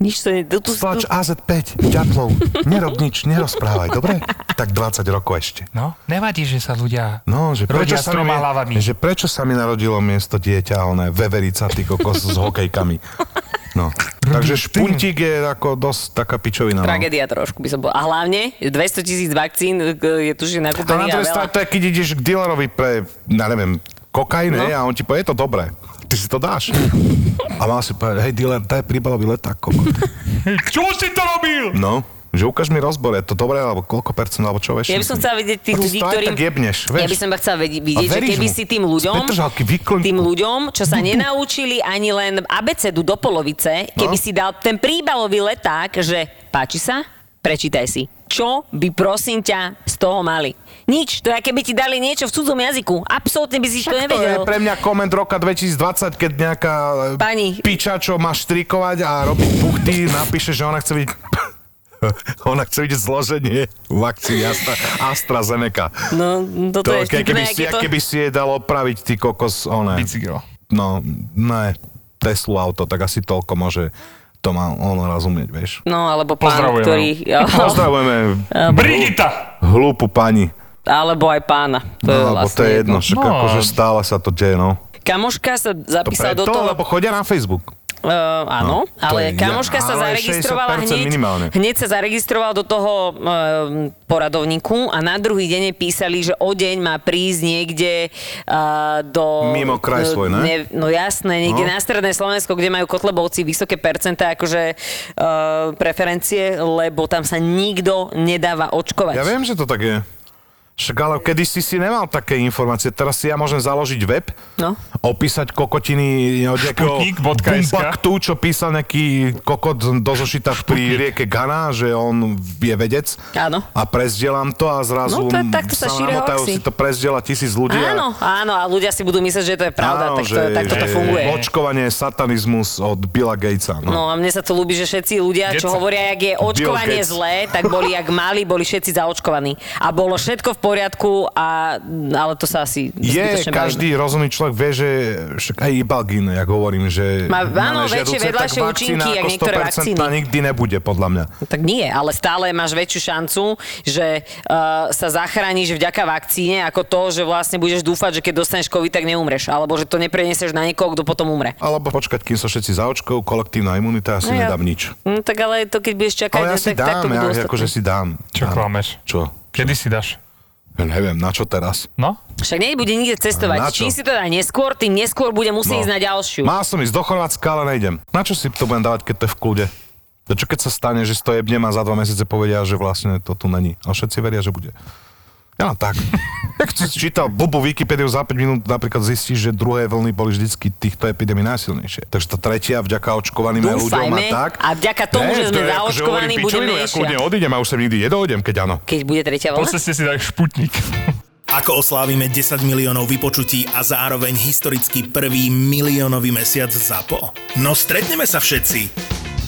[SPEAKER 4] Nič to nie... Tu, tu, tu,
[SPEAKER 5] Stlač AZ5, ďatlov, nerob nič, nerozprávaj, dobre? Tak 20 rokov ešte.
[SPEAKER 3] No, nevadí, že sa ľudia
[SPEAKER 5] No, že prečo,
[SPEAKER 3] rodia
[SPEAKER 5] sa mi,
[SPEAKER 3] troma hlavami.
[SPEAKER 5] že prečo sa mi narodilo miesto dieťa, oné veverica, ty kokos s hokejkami. No. Takže špuntík je ako dosť taká pičovina. No.
[SPEAKER 4] Tragédia trošku by som bola. A hlavne 200 tisíc vakcín k- je tu, že
[SPEAKER 5] A na
[SPEAKER 4] nakúpený a
[SPEAKER 5] druhej
[SPEAKER 4] veľa.
[SPEAKER 5] strane to je, keď ideš k dealerovi pre, ja neviem, kokain, no.
[SPEAKER 4] No.
[SPEAKER 5] a on ti povie, je to dobré. Ty si to dáš. A mal si povedať, hej, dealer, daj príbalový leták, kokot.
[SPEAKER 3] Čo si to robil?
[SPEAKER 5] No, že ukáž mi rozbor, je to dobré, alebo koľko percent, alebo čo vieš.
[SPEAKER 4] Ja by som chcela vedieť tých
[SPEAKER 5] A ty
[SPEAKER 4] ľudí,
[SPEAKER 5] si to aj
[SPEAKER 4] ktorým...
[SPEAKER 5] tak jebneš, vieš.
[SPEAKER 4] Ja by som iba chcela vedieť, vidieť,
[SPEAKER 5] A
[SPEAKER 4] že
[SPEAKER 5] veríš
[SPEAKER 4] keby
[SPEAKER 5] mu.
[SPEAKER 4] si tým ľuďom,
[SPEAKER 5] Z Petržalky vyklin-
[SPEAKER 4] tým ľuďom, čo sa nenaučili ani len abecedu do polovice, keby
[SPEAKER 5] No.
[SPEAKER 4] si dal ten príbalový leták, že páči sa, prečítaj si. Čo by prosím ťa z toho mali? Nič, to je, keby ti dali niečo v cudzom jazyku. Absolútne by si to
[SPEAKER 5] To je
[SPEAKER 4] nevedel.
[SPEAKER 5] pre mňa koment roka 2020, keď nejaká e,
[SPEAKER 4] Pani.
[SPEAKER 5] piča, čo má štrikovať a robiť buchty, napíše, že ona chce vidieť <laughs> ona chce vidieť zloženie vakcíny Astra, AstraZeneca.
[SPEAKER 4] No, toto je
[SPEAKER 5] ke- keby,
[SPEAKER 4] vtipné,
[SPEAKER 5] si,
[SPEAKER 4] aké to-
[SPEAKER 5] keby si jej dal opraviť ty kokos, one,
[SPEAKER 3] Bicykel.
[SPEAKER 5] no, ne, Teslu auto, tak asi toľko môže to má on rozumieť, vieš.
[SPEAKER 4] No, alebo pán,
[SPEAKER 3] Pozdravujeme.
[SPEAKER 4] ktorý... <laughs>
[SPEAKER 5] Pozdravujeme
[SPEAKER 3] Brigita!
[SPEAKER 5] hlúpu pani.
[SPEAKER 4] Alebo aj pána. To je
[SPEAKER 5] No, lebo
[SPEAKER 4] vlastne
[SPEAKER 5] to je jedno, však
[SPEAKER 3] No.
[SPEAKER 5] akože stále sa to deje, no.
[SPEAKER 4] Kamoška sa
[SPEAKER 5] To
[SPEAKER 4] zapísala do
[SPEAKER 5] preto,
[SPEAKER 4] toho,
[SPEAKER 5] lebo chodia na Facebook.
[SPEAKER 4] Uh, áno,
[SPEAKER 5] No, to
[SPEAKER 4] ale
[SPEAKER 5] je
[SPEAKER 4] kamoška
[SPEAKER 5] ja-
[SPEAKER 4] sa
[SPEAKER 5] ale
[SPEAKER 4] zaregistrovala
[SPEAKER 5] 60%
[SPEAKER 4] hneď,
[SPEAKER 5] minimálne.
[SPEAKER 4] hneď sa zaregistrovala do toho um, poradovníku a na druhý deň jej písali, že o deň má prísť niekde uh, do...
[SPEAKER 5] Mimo kraj
[SPEAKER 4] do-
[SPEAKER 5] svoj, ne?
[SPEAKER 4] No jasné, niekde na
[SPEAKER 5] No.
[SPEAKER 4] stredné Slovensko, kde majú kotlebovci vysoké percentá, akože uh, preferencie, lebo tam sa nikto nedáva očkovať.
[SPEAKER 5] Ja viem, že to tak je. Však ale kedy si si nemal také informácie, teraz si ja môžem založiť web,
[SPEAKER 4] No.
[SPEAKER 5] opísať kokotiny od nejakého
[SPEAKER 3] Šputnik.sk.
[SPEAKER 5] bumbaktu, čo písal nejaký kokot do zošita pri rieke Gana, že on je vedec.
[SPEAKER 4] Áno.
[SPEAKER 5] A prezdielam to a zrazu
[SPEAKER 4] No, to je- takto sa šíria
[SPEAKER 5] namotajú,
[SPEAKER 4] hoaxy.
[SPEAKER 5] si to prezdiela tisíc ľudí. a-
[SPEAKER 4] Áno, áno, a ľudia si budú myslieť, že to je pravda, tak, to, tak to
[SPEAKER 5] že
[SPEAKER 4] funguje.
[SPEAKER 5] Očkovanie je satanizmus od Billa Gatesa. No.
[SPEAKER 4] No a mne sa to ľúbi, že všetci ľudia, čo
[SPEAKER 3] Geca.
[SPEAKER 4] hovoria, jak je očkovanie
[SPEAKER 5] Bill Gates.
[SPEAKER 4] zlé, tak boli jak mali, boli všetci zaočkovaní. A bolo všetko v poriadku, a, ale to sa asi
[SPEAKER 5] Je,
[SPEAKER 4] zbytočne
[SPEAKER 5] každý rozumný človek vie, že však aj Ibalgin, jak hovorím, že...
[SPEAKER 4] Má- áno,
[SPEAKER 5] na nežiaduce,
[SPEAKER 4] väčšie vedľajšie
[SPEAKER 5] tak vakcína
[SPEAKER 4] účinky, jak
[SPEAKER 5] ako
[SPEAKER 4] niektoré
[SPEAKER 5] 100%
[SPEAKER 4] vakcíny.
[SPEAKER 5] nikdy nebude, podľa mňa.
[SPEAKER 4] bavíme. Tak nie, ale stále máš väčšiu šancu, že uh, sa zachrániš vďaka vakcíne, ako to, že vlastne budeš dúfať, že keď dostaneš COVID, tak neumreš. Alebo že to nepreniesieš na niekoho, kto potom umre.
[SPEAKER 5] Alebo počkať, kým sa všetci zaočkujú, kolektívna imunita, ja si
[SPEAKER 4] No ja-
[SPEAKER 5] nedám nič.
[SPEAKER 4] No tak ale to, keď budeš čakať,
[SPEAKER 5] Ale ja
[SPEAKER 4] no,
[SPEAKER 5] si
[SPEAKER 4] tak, tak to
[SPEAKER 5] dám,
[SPEAKER 4] budú
[SPEAKER 5] ja
[SPEAKER 4] ostatní.
[SPEAKER 5] akože si dám.
[SPEAKER 3] Čo
[SPEAKER 5] Dám.
[SPEAKER 3] klameš?
[SPEAKER 5] Čo?
[SPEAKER 3] Kedy si dáš?
[SPEAKER 5] Ja neviem, na čo teraz?
[SPEAKER 3] No?
[SPEAKER 4] Však nebude nikde
[SPEAKER 5] Na
[SPEAKER 4] cestovať.
[SPEAKER 5] čo?
[SPEAKER 4] Čím si to dá neskôr, tým neskôr bude musieť
[SPEAKER 5] No.
[SPEAKER 4] ísť na ďalšiu.
[SPEAKER 5] Mal som ísť do Chorvátska, ale nejdem. Na čo si to budem dávať, keď to je v kľude? To čo keď sa stane, že si to jebnem a za dva mesiace povedia, že vlastne to tu není. A všetci veria, že bude. Ja len
[SPEAKER 4] <laughs>
[SPEAKER 5] tak. Jak si čítal blbú Wikipédiu za 5 minút, napríklad zistíš, že druhé vlny boli vždycky týchto epidémií najsilnejšie. Takže tá tretia vďaka očkovaným aj ľuďom a
[SPEAKER 4] Dúfajme
[SPEAKER 5] tak.
[SPEAKER 4] a vďaka tomu, že
[SPEAKER 5] to
[SPEAKER 4] sme
[SPEAKER 5] je ako, že hovorím
[SPEAKER 4] zaočkovaní, budeme
[SPEAKER 5] pičovinu, ja
[SPEAKER 4] ešte.
[SPEAKER 5] kľudne odídem a už sem nikdy nedojdem, keď áno.
[SPEAKER 4] Keď bude tretia
[SPEAKER 3] Po
[SPEAKER 4] vlna?
[SPEAKER 3] ceste si dáš šputnik.
[SPEAKER 2] Ako oslávime 10 miliónov vypočutí a zároveň historicky prvý miliónový mesiac ZAPO? No stretneme sa všetci!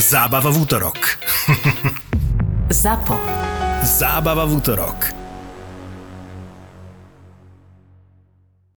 [SPEAKER 2] Zábava v útorok.
[SPEAKER 1] ZAPO.
[SPEAKER 2] Zábava v útorok.